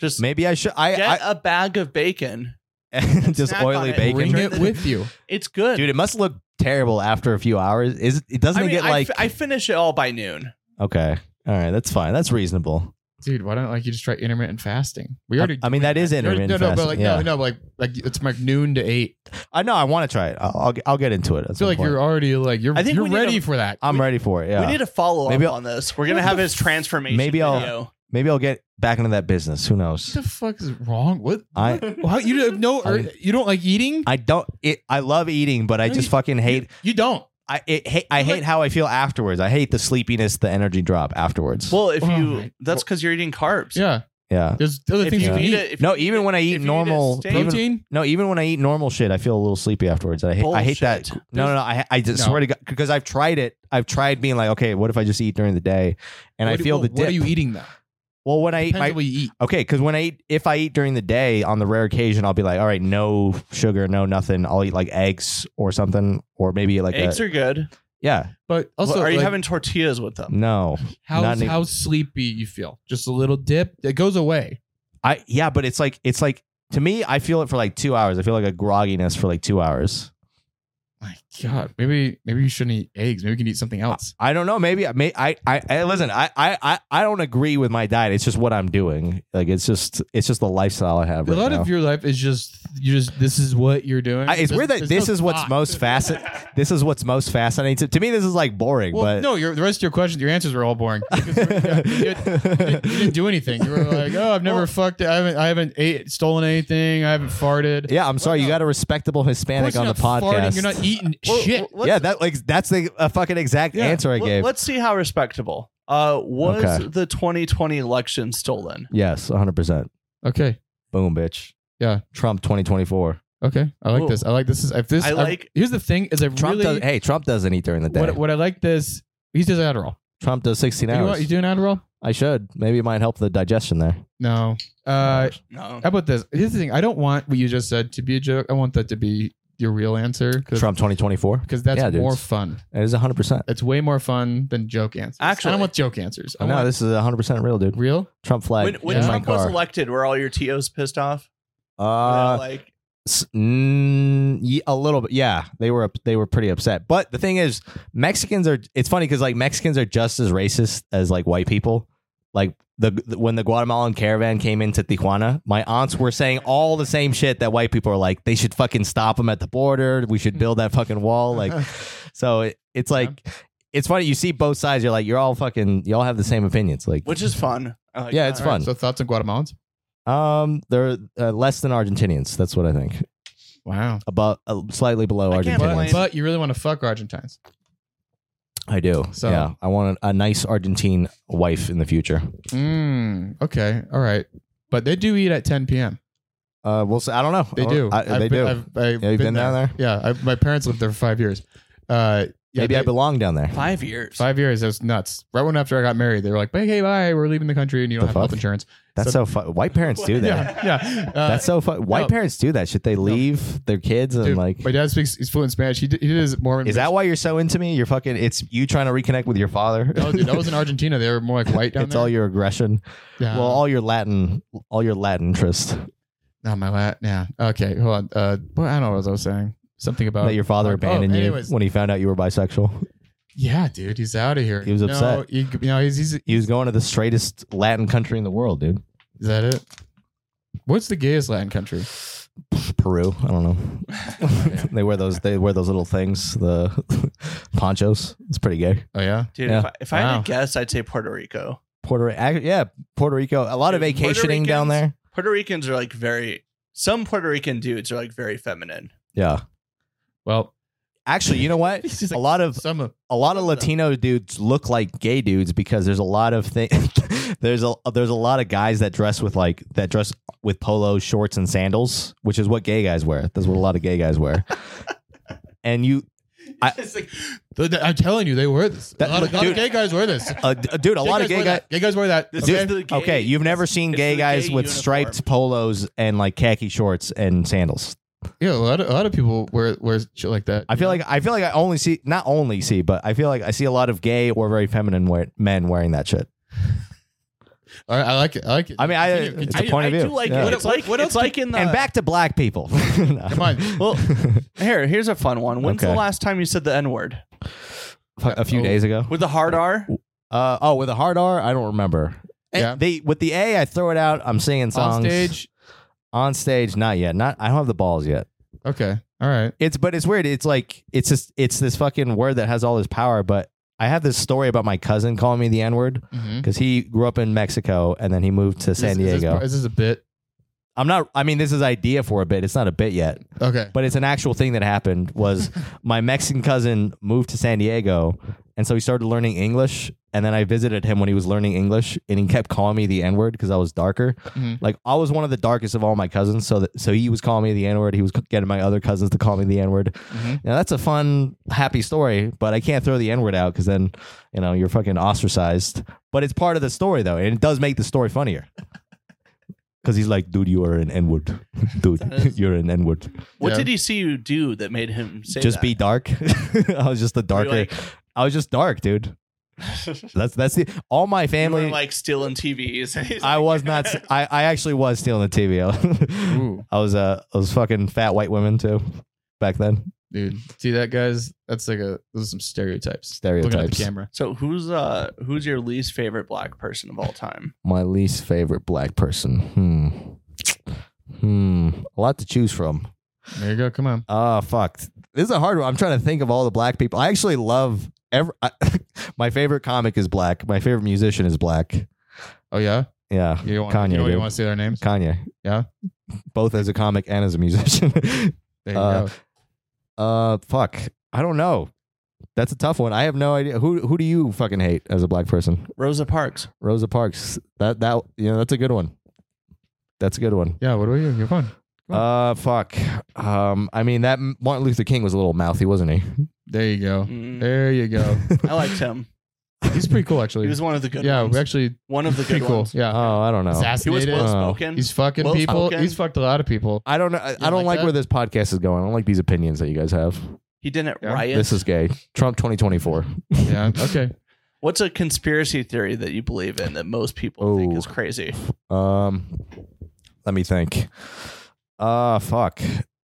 Just
Maybe I should. I,
get
I
a bag of bacon.
just
snack on
oily
it.
bacon.
Bring
Try
it
the-
with you.
It's good.
Dude, it must look terrible after a few hours. Is it doesn't
I
it
mean,
get
I
like
fi- I finish it all by noon.
okay? All right, that's fine. That's reasonable.
Dude, why don't like you just try intermittent fasting? We
I,
already.
I mean, that is
No,
intermittent
no, no,
fasting,
but like
yeah.
no, no, like like it's like noon to eight.
I know. I want to try it. I'll I'll get, I'll get into it.
I feel like you're already like you're
I think
you're
we need
ready
a-
for that.
I'm ready for it. Yeah.
We need a follow up
Maybe I'll-
on this. We're gonna
What
have
the
his
f-
transformation
Maybe I'll-
video.
Maybe I'll get back into that business. Who knows?
What the fuck is wrong? What?
I-
what? How- you have no?
I
Or,
mean-
you don't like eating?
I don't. It, I love eating, but I
No,
just
you-
fucking hate.
You don't.
I it, hate. I
you
hate
like-
how I feel afterwards. I hate the sleepiness, the energy drop afterwards.
Well, if
Oh
you
my-
that's because you're eating carbs.
Yeah.
yeah.
There's other
If
things you
you
can
eat
eat.
it, if
No,
you
even
it-
when I eat
if you a
normal
steak-
even-
Protein.
No, even when I eat normal shit, I feel a little sleepy afterwards. I hate. I hate that.
Bullshit.
No, no, no. I I just
No.
swear to God, because I've tried it. I've tried being like, okay, what if I just eat during the day, and
What
I
do-
feel
well,
the dip.
What are you eating though?
Well, when I eat
Depends
my
on what you eat.
Okay, because when I eat, if I eat during the day, on the rare occasion, I'll be like, all right, no sugar, no nothing. I'll eat like eggs or something, or maybe like
Eggs
a,
are good.
Yeah.
But also,
are you
like,
having tortillas with them?
No. not
how's,
any-
how sleepy you feel? Just a little dip. It goes away.
I yeah, but it's like it's like to me, I feel it for like two hours. I feel like a grogginess for like two hours.
My God, maybe maybe you shouldn't eat eggs. Maybe you can eat something else.
I don't know. Maybe I may I I, I listen. I, I I I don't agree with my diet. It's just what I'm doing. Like it's just it's just the lifestyle I have
a
right
lot
now.
of your life is just you just this is what you're doing.
I, it's
There's-
weird that
there's
this
no
is what's
thought.
most facet. This is what's most fascinating to, to me. This is like boring,
Well,
but
no, your, the rest of your questions, your answers were all boring. Because you, didn't- you didn't do anything. You were like, oh, I've never
Well-
fucked. I haven't. I haven't ate, stolen anything. I haven't farted.
yeah, I'm sorry. You got a respectable
Of
Hispanic
course
on the
you're not farting,
podcast.
You're not eating
Well,
shit.
well, let's-
yeah, that like that's the a fucking exact
Yeah.
answer I
let-
gave.
Let's see how respectable. Uh, was
Okay.
the 2020 election stolen?
Yes, 100. percent
Okay.
Boom, bitch.
Yeah.
Trump 2024.
Okay. I like
Whoa.
this. I like this. Is if this.
I like-
Here's the thing: is I
Trump
really.
does. Hey, Trump doesn't eat during the day.
what, what I like this. He does Adderall.
Trump does 16
You, know what?
hours.
you doing Adderall?
I should. Maybe it might help the digestion there.
No. Uh,
No.
how about this? Here's the thing: I don't want what you just said to be a joke. I want that to be your real answer because
Trump 2024.
that's
Yeah, dude.
more fun.
It is 100%.
It's way more fun than joke answers. I
Actually-
don't want joke answers. I
No,
want
this is 100% real, dude.
real.
Trump flag
When, when
in
yeah.
my
Trump was
car.
elected, were all your TOs pissed off? Were they all
uh,
like,
s- mm, ye- a little bit. Yeah, they were up- they were pretty upset. But the thing is, Mexicans are. It's funny because like Mexicans are just as racist as like white people. Like the when the Guatemalan caravan came into Tijuana, my aunts were saying all the same shit that white people are like. They should fucking stop them at the border. We should build that fucking wall. Like So it, it's like it's funny. You see both sides. You're like you're all fucking. You all have the same opinions. Like
which is fun. I like
Yeah,
that.
it's
All right,
fun.
so thoughts on Guatemalans?
um, they're uh, less than Argentinians. That's what I think.
Wow.
About uh, slightly below
I
Argentinians.
can't
But,
blame-
but you really want to fuck Argentines.
I do.
So-
yeah, I want a, a nice Argentine wife in the future.
Mm, okay. All right. But they do eat at 10 p.m.
Uh, we'll see. I don't know.
They
I-
do.
I,
I've
they
been-
do.
I've, I've
Yeah, you've been down
Yeah. I, my parents lived there for five years. Uh, yeah,
Maybe
they-
I belong down there.
Five years.
Five years. It was nuts. Right when after I got married, they were like, "Hey, bye. We're leaving the country, and you don't
The
have health
fuck?
insurance."
That's so, fu- white parents do that.
Yeah. Yeah. Uh,
That's so fun. White
no.
parents do that. Should they leave their kids and
dude,
like?
my dad speaks. He's fluent in Spanish. He did, he did his Mormon.
Is that why you're so into me? You're fucking. It's you trying to reconnect with your father.
No, dude, that was in Argentina. They were more like white down
it's
there.
all your aggression.
yeah.
Well, all your Latin, all your Latin interest
Not my lat. Yeah. Okay. Hold on. Uh, well, I don't know what I was saying. Something about
that your father
Oh,
abandoned you
anyways.
when he found out you were bisexual.
Yeah, dude. He's out of here.
He was
No,
upset.
you, you know, he's, he's is
He was going to the straightest Latin country in the world, dude.
that it? What's the gayest Latin country?
Peru. I don't know. they wear those. They wear those little things. The ponchos. It's pretty gay.
Oh yeah.
Dude,
Yeah.
if I, if I had
Wow.
to guess, I'd say Puerto Rico.
Puerto. ac- Yeah, Puerto Rico. A lot of
Dude, Puerto
vacationing down
Ricans-
there.
Puerto Ricans are like very. Some Puerto Rican dudes are like very feminine.
Yeah.
Well,
Actually, you know what?
he's just
A
like
lot of
some of
a lot of Latino dudes look like gay dudes because there's a lot of thing. there's a there's a lot of guys that dress with like that dress with polo shorts and sandals, which is what gay guys wear. That's what a lot of gay guys wear. and you, I-
it's like, th- th- I'm telling you, they wear this.
That-
a lot of,
dude-
lot of gay guys wear this.
uh, d- dude, a lot of gay
wear
guys.
that. Gay guys wear that.
This
okay?
is the gay-
Okay, you've never seen
it's
gay
the
guys
gay
with
uniform.
striped polos and like khaki shorts and sandals.
yeah, a lot of a lot of people wear wear shit like that.
I feel like I feel like I only see not only see, but I feel like I see a lot of gay or very feminine wear, men wearing that shit.
All right, I like it. I like it.
I mean, I-
Continue,
it's a
I,
continue.
point
I
of view.
do like
Yeah.
it. It's
What-
like
what else
it's like in the
and back to black people. No.
Come on.
Well, here, here's a fun one. When's
Okay.
the last time you said the N word
a few
Oh.
days ago.
with a hard R?
Uh, oh, with a hard R, I don't remember.
Yeah.
They with the A, I throw it out. I'm singing songs
on stage.
On stage, not yet. Not I don't have the balls yet.
Okay. All right.
It's but it's weird. It's like it's just it's this fucking word that has all this power. But I have this story about my cousin calling me the N word
Mhm.
because he grew up in Mexico and then he moved to San
Is- is this
Diego.
part- Is this a bit?
I'm not. I mean, this is idea for a bit. It's not a bit yet,
Okay.
but it's an actual thing that happened. Was my Mexican cousin moved to San Diego, and so he started learning English. And then I visited him when he was learning English, and he kept calling me the N word because I was darker.
Mhm.
Like I was one of the darkest of all my cousins. So that so he was calling me the N word. He was c- getting my other cousins to call me the N word.
Mhm.
Now that's a fun, happy story, but I can't throw the N word out because then you know you're fucking ostracized. But it's part of the story though, and it does make the story funnier. Because he's like, dude, you are an N word. dude, you're an N word.
What
Yeah.
did he see you do that made him say
Just
that?
be dark. I was just the
Were you
darker. I was just dark, dude.
like,
That's that's the all my
you were,
family.
like stealing TVs. And he's
I
like-
was not. I, I actually was stealing the TV.
Ooh,
I was uh, I was fucking fat white women too, back then.
dude. See that, guys? That's like a those are some stereotypes. Looking at
Stereotypes.
the camera.
so who's uh who's your least favorite black person of all time?
My least favorite black person. Hmm. Hmm. A lot to choose from.
There you go. Come on.
Oh, fuck. This is a hard one. I'm trying to think of all the black people. I actually love every. I, my favorite comic is black. My favorite musician is black.
Oh yeah.
Yeah.
You don't want,
Kanye,
You,
dude.
want to say their names?
Kanye.
Yeah.
Both as a comic and as a musician.
There you
Uh,
go.
uh, fuck. I don't know. That's a tough one. I have no idea. Who who do you fucking hate as a black person?
Rosa Parks.
Rosa Parks. That that you know that's a good one. That's a good one.
Yeah. What about you? You're fun.
Uh, fuck. Um, I mean that Martin Luther King was a little mouthy, wasn't he?
There you go.
Mm,
There you go.
I liked him.
He's pretty cool, actually.
He was one of the good
yeah,
ones.
we actually
one of the good
pretty cool.
ones.
Yeah.
Oh, I don't know.
He was
Assassinated.
well
Oh.
spoken.
He's fucking
Well
people.
spoken.
He's fucked a lot of people.
I don't know. I, I don't
like
like,
that?
where this podcast is going. I don't like these opinions that you guys have.
He didn't
Yeah.
riot.
This is gay. Trump 2024.
Yeah. Okay.
What's a conspiracy theory that you believe in that most people think
Oh.
is crazy?
Um, let me think. Uh, fuck.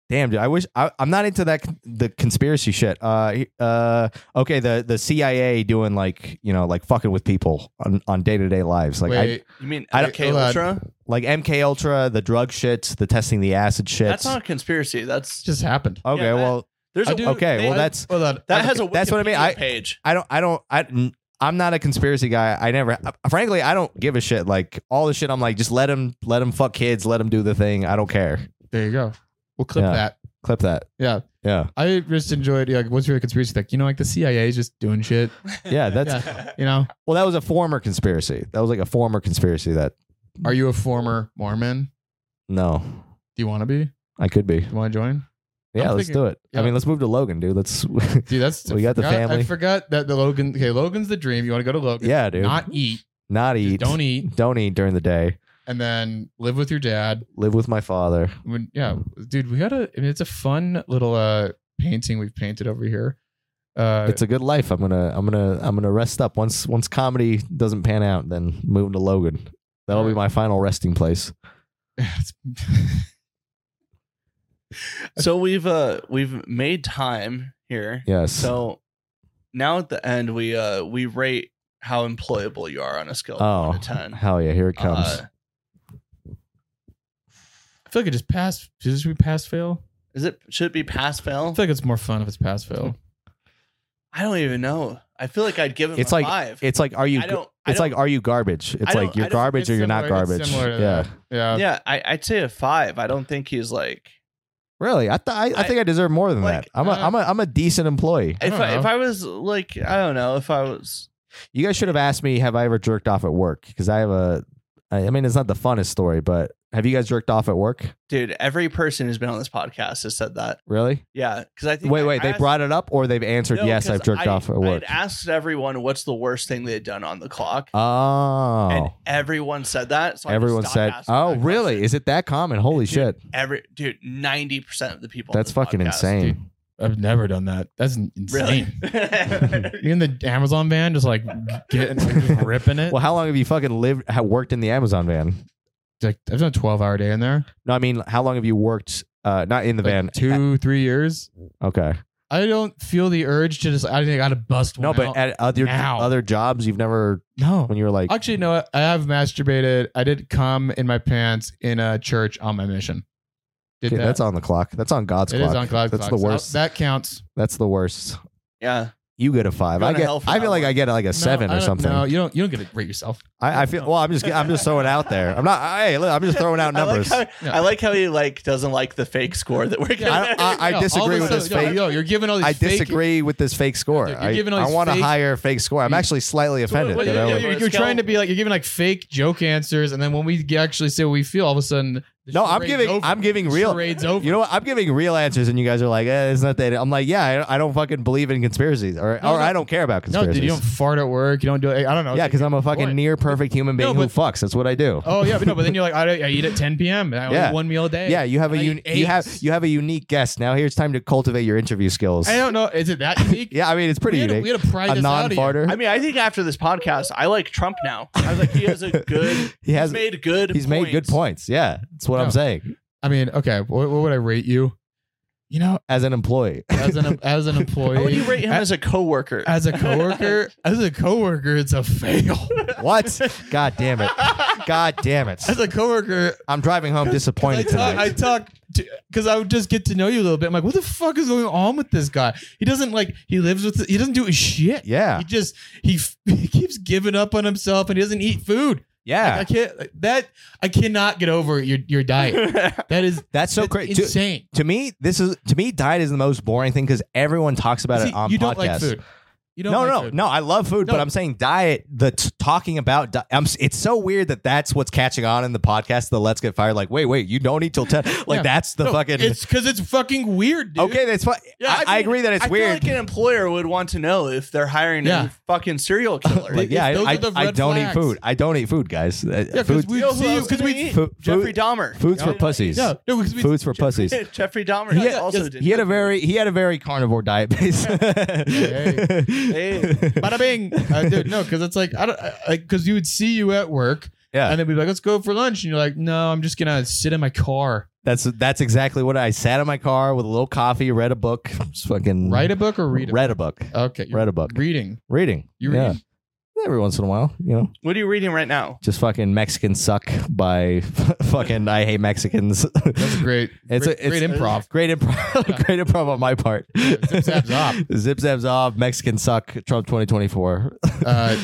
Damn, dude. I wish I, I'm not into that con- the conspiracy shit. Uh, he- uh, okay. The the CIA doing like you know like fucking with people on on day to day lives. Like I,
Wait.
You mean
I don't-
MK
hold on.
Ultra?
like MK Ultra, the drug shits, the testing the acid shits.
That's not a conspiracy.
it
That's
just happened.
okay.
yeah, that-
well,
there's
I
a
do-
okay.
they-
well, that's
Hold on.
that has a Wikipedia
that's what I mean. I-
page.
I don't. I don't. I. I'm not a conspiracy guy. I never. uh, Frankly, I don't give a shit. Like all the shit. I'm like, just let him. Let him fuck kids. Let him do the thing. I don't care.
There you go. We'll clip
Yeah.
that.
Clip that.
Yeah.
Yeah.
I just enjoyed like what's your conspiracy like, you know, like the CIA is just doing shit.
Yeah. That's.
Yeah. You know?
Well, that was a former conspiracy. That was like a former conspiracy. That
Are you a former Mormon?
no,
Do you wanna be?
I could be.
You wanna join?
Yeah.
I'm
let's
thinking-
do it.
yeah.
I mean, let's move to Logan, dude. Let's.
Dude, that's
We got the
forgot- I
family.
forgot that the Logan okay, Logan's the dream. You wanna go to Logan.
yeah, dude.
Not eat.
Not
Just
eat.
Don't eat.
Don't eat during the day.
And then live with your dad.
Live with my father.
When, yeah. Dude, we gotta I mean it's a fun little uh painting we've painted over here. Uh
It's a good life. I'm gonna. I'm gonna. I'm gonna rest up once. Once comedy doesn't pan out, then moving to Logan. That'll be my final resting place.
it's-
So we've uh we've made time here.
Yes.
So now at the end we uh we rate how employable you are on a scale of
Oh,
one to ten.
hell yeah! Here it comes.
Uh,
I feel like it just pass just we pass fail.
is it should it be pass
I
fail?
feel like it's more fun if it's pass fail.
I don't even know. I feel like I'd give him
It's
a
like-
five.
it's like, are you?
I don't. I
It's
don't-
like, are you garbage? It's
don't-
like you're
I don't-
garbage or
It's
you're
similar-
not
it's
garbage.
similar to
Yeah,
that. Yeah.
yeah, I, I'd say a five. I don't think he's like.
really. I, th- I, I think I deserve more than
like,
that. I'm a,
uh,
I'm a, I'm a decent employee.
I
if
don't
I, if
know.
I was like I don't know if I was
You guys should have asked me, have I ever jerked off at work? Because I have a, I I mean, it's not the funnest story, but have you guys jerked off at work?
dude every person who's been on this podcast has said that
Really?
yeah because I think
Wait,
I
wait. They
asked-
brought it up, or they've answered
No,
yes. I've
'cause
jerked
I-
off at work.
I'd asked everyone what's the worst thing they had done on the clock
oh.
and everyone said that so I just
Everyone
stopped
said,
asking
"Oh,
that
really?
question.
Is it that common? Holy
Dude,
shit!
every dude 90% of the people on
That's
this
fucking
podcast.
insane."
Dude, I've never done that. That's insane.
really
You in the Amazon van, just like getting, like, just ripping it.
Well, how long have you fucking lived? Have worked in the Amazon van?
Like I've done a twelve-hour day in there.
No, I mean, how long have you worked? Uh, not in the
Like,
van.
two, three years.
Okay.
I don't feel the urge to just. I think I got to bust.
No,
one
but
out.
at other
Now.
other jobs, you've never
no.
when you were like,
Actually, no. I have masturbated. I did come in my pants in a church on my mission. Did
"Okay,
that?
that's on the clock. That's on God's
It
clock.
is on cloud
That's
clocks.
the
So
worst.
that counts.
That's the worst.
yeah
You get a five.
You're
I
going to
get.
hell for
I
that
feel like
one.
I get like a
No,
seven
I
or
don't-
something.
No, you don't. You don't get to rate yourself.
I, I feel. Well, I'm just. I'm just throwing out there. I'm not. Hey, look, I'm just throwing out
I like,
numbers.
how,
Yeah.
I like how he like doesn't like the fake score that we're
Yeah,
I,
getting.
I, I
No, all
disagree
of a
with this
sudden-
fake.
No, no, you're giving all these.
I
fake-
disagree with this fake score.
You're
I,
giving all
I
these
want a
fake-
higher fake score. I'm
You-
actually slightly offended.
what
that
do you
I
do?
went-
you're, you're trying to be like you're giving like fake joke answers, and then when we g- actually say what we feel, all of a sudden The
No, I'm
charade's
giving-
over.
I'm giving
The
real-
Charade's over.
You know what? I'm giving real answers, and you guys are like, eh, "It's not that." I'm like, "Yeah, I, I don't fucking believe in conspiracies, or
No,
or
no.
I don't care about
No,
conspiracies."
dude, you don't fart at work. You don't do. I don't know.
yeah, because I'm a fucking
point.
near perfect human being
No,
who
but-
fucks. That's what I do.
Oh yeah, but no, but then you're like, I, don't- I eat at 10 p.m. and I
Yeah.
only eat one meal a day.
yeah, you have a
I
un-
ate
you have
eggs.
you have a unique guest. Now here's time to cultivate your interview skills.
I don't know. Is it that unique?
Yeah, I mean it's pretty
we had, to-
unique.
we had to pry
a
this out of you.
non-farter.
I mean, I think after this podcast, I like Trump now. I was like, he has a good.
he has
he's made good.
he's made good points. Yeah, that's what I'm
No.
saying.
I mean, okay, what, what would I rate you? You know,
As an employee,
as an as an employee,
How would you rate him
as,
as a coworker?
as a coworker? as a coworker, it's a fail.
what? God damn it! God damn it!
As a coworker,
I'm driving home
I
disappointed
talk, I
tonight.
talk because I would just get to know you a little bit. I'm like, what the fuck is going on with this guy? He doesn't like he lives with he doesn't do his shit.
Yeah,
He just he, f- he keeps giving up on himself and he doesn't eat food.
yeah.
Like, I can't like, that I cannot get over your your diet. That is
That's so
that's
crazy. To,
insane.
to me, this is to me diet is the most boring thing because everyone talks about
See,
it on
you
podcasts.
don't like food. You don't
no,
like
no,
food.
no. I love food, but
No.
I'm saying diet. The t- talking about di- I'm, s- it's so weird that that's what's catching on in the podcast. The let's get fired. Like, wait, wait, you don't eat till ten. Like,
Yeah.
that's the
No,
fucking.
It's because it's fucking weird, dude.
okay, that's fine. I,
Yeah, I mean,
I agree that it's
I feel
weird.
like an employer would want to know if they're hiring
Yeah.
a fucking serial killer.
Like, yeah,
Those
I,
are the
I, I
red
don't
flags.
eat food. I don't eat food, guys. Uh,
Yeah, because
food-
we
You know who
see
else
because
didn't
we
eat?
food-
Jeffrey
food-
Dahmer.
Food's for
Yeah.
pussies.
no no because we
Food's for pussies.
Jeffrey Dahmer
He had,
also
yes,
did.
he had a very he had a very carnivore diet base.
hey.
Hey.
Bada bing, uh, dude. No, because it's like I don't because you would see you at work,
Yeah.
and then we'd be like, let's go for lunch, and you're like, no, I'm just gonna sit in my car,
That's that's exactly what I sat in my car with a little coffee, read a book, just fucking
write a book or read it.
read a book,
okay, you're
read Mm. a book,
reading.
reading.
You
yeah.
read.
Every once in a while, you know,
What are you reading right now?
just fucking Mexican suck by fucking I hate Mexicans.
That's a great.
It's
great,
a- it's-
great improv.
Great improv,
Yeah.
great improv on my part.
zip, zap, zop.
Zip zap zop. Mexican suck. Trump twenty twenty four.
Uh,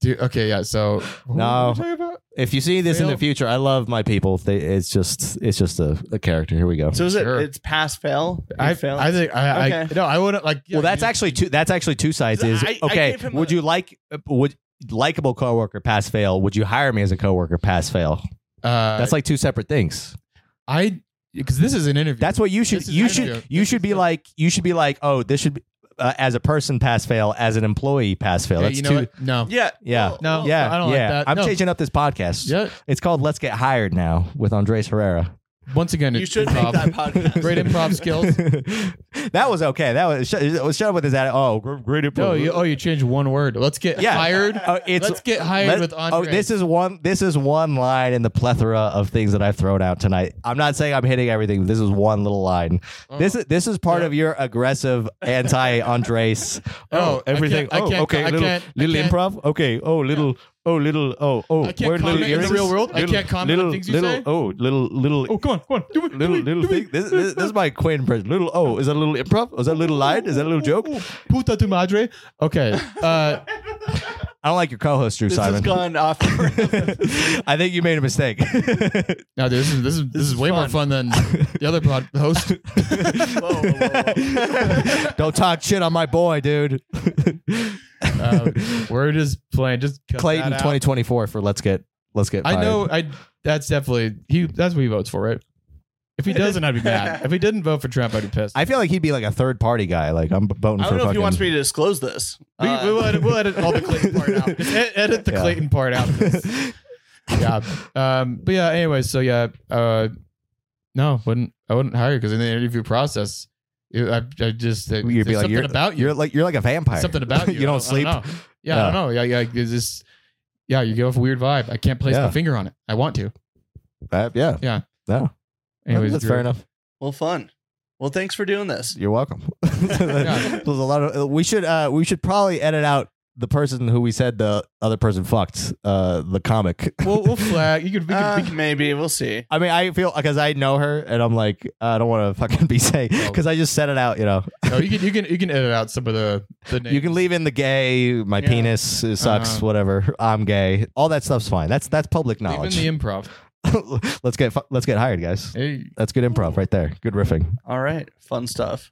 do, okay, yeah. So what
No.
were we talking about?
If you see this in the
Fail.
future, I love my people. They, it's just it's just a, a character. Here we go.
So is it?
Sure.
It's pass fail.
I,
fail.
I think I, I
Okay.
no, I wouldn't like. yeah,
well, that's
you-
actually two. That's actually two sides. Is
I- I
okay.
gave him
would
a-
you like uh, would likable coworker pass fail? Would you hire me as a coworker pass fail?
Uh,
That's like two separate things.
I because this is an interview.
That's what you should
This is
you
an
should
interview.
you
This
should
is
be
good.
like you should be like oh this should be uh, as a person pass fail as an employee pass fail.
Yeah,
that's
you know
two.
what? No.
yeah.
Yeah.
No.
Yeah,
I don't like
yeah.
that.
I'm
No.
changing up this podcast.
Yeah.
It's called Let's Get Hired Now with Andres Herrera.
Once again,
You
it's
should make
improv.
that podcast.
Great improv skills.
that was okay. That was shut, it was- shut up with his ad. Oh, gr- great improv.
No, you, oh, you changed one word. Let's get
Yeah.
hired.
Oh, it's
Let's get hired
Let-
with
Oh,
Andre.
this is one. This is one line in the plethora of things that I've thrown out tonight. I'm not saying I'm hitting everything. But this is one little line.
Oh.
This is this is part
Yeah.
of your aggressive anti Andres.
Oh, I can't- I can't- I can't- I can't-
improv. Okay. Oh, little. Oh, little. Oh, oh.
I can't comment in the real world. I can't comment on things you say.
Oh, little, little.
Oh, come on, come on. Do it.
Little
do it,
little
do
thing.
It.
This, this, this is my Quaid impression. Little oh, is that a little improv? Is that a little line? Is that a little joke?
Ooh, Puta tu madre. Okay. Uh,
I don't like your co-host, Drew
This has
Simon.
gone off.
I think you made a mistake.
no, dude, this is this is this, is
is
way more fun
fun.
than the other pod host.
whoa, whoa, whoa, whoa.
Don't talk shit on my boy, dude.
Um, Uh, we're just playing. Just cut
Clayton
that out.
2024 for let's get let's get.
I
Fired.
know. I that's definitely he. That's what he votes for, right? If he doesn't, I'd be mad. If he didn't vote for Trump, I'd be pissed.
I feel like he'd be like a third party guy. Like I'm voting
I
for.
don't know if
fucking-
he wants me to disclose this.
we,
Uh,
we'll, edit, we'll edit all the Clayton part out. Just e- edit the
Yeah.
Clayton part out. yeah. Um, but yeah, anyway, so yeah, uh, no, wouldn't I wouldn't hire you because in the interview process, it, I, I just it,
You'd be
there's
like
something
you're
about you,
You're like you're like a vampire.
something about you.
you don't
I
sleep.
I know. Yeah, I don't know. Yeah, yeah, it's just yeah, you give off a weird vibe. I can't place
Yeah.
my finger on it. I want to.
Uh, yeah.
Yeah.
No.
Anyways,
that's
Drew,
fair enough.
well, fun. Well, thanks for doing this.
You're welcome. There's a lot of we should uh we should probably edit out the person who we said the other person fucked uh the comic.
We'll, we'll flag. You could. We could,
Uh,
we could
maybe we'll see.
I mean, I feel because I know her, and I'm like, I don't want to fucking be saying because I just said it out. You know,
no, oh, you can. You can. You can edit out some of the the names.
you can leave in the gay, my
Yeah.
penis it sucks,
Uh-huh.
whatever. I'm gay. All that stuff's fine. That's that's public
Leave
knowledge.
in the improv.
let's get fu- let's get hired, guys.
Hey.
That's good improv right there. Good riffing.
All right, fun stuff.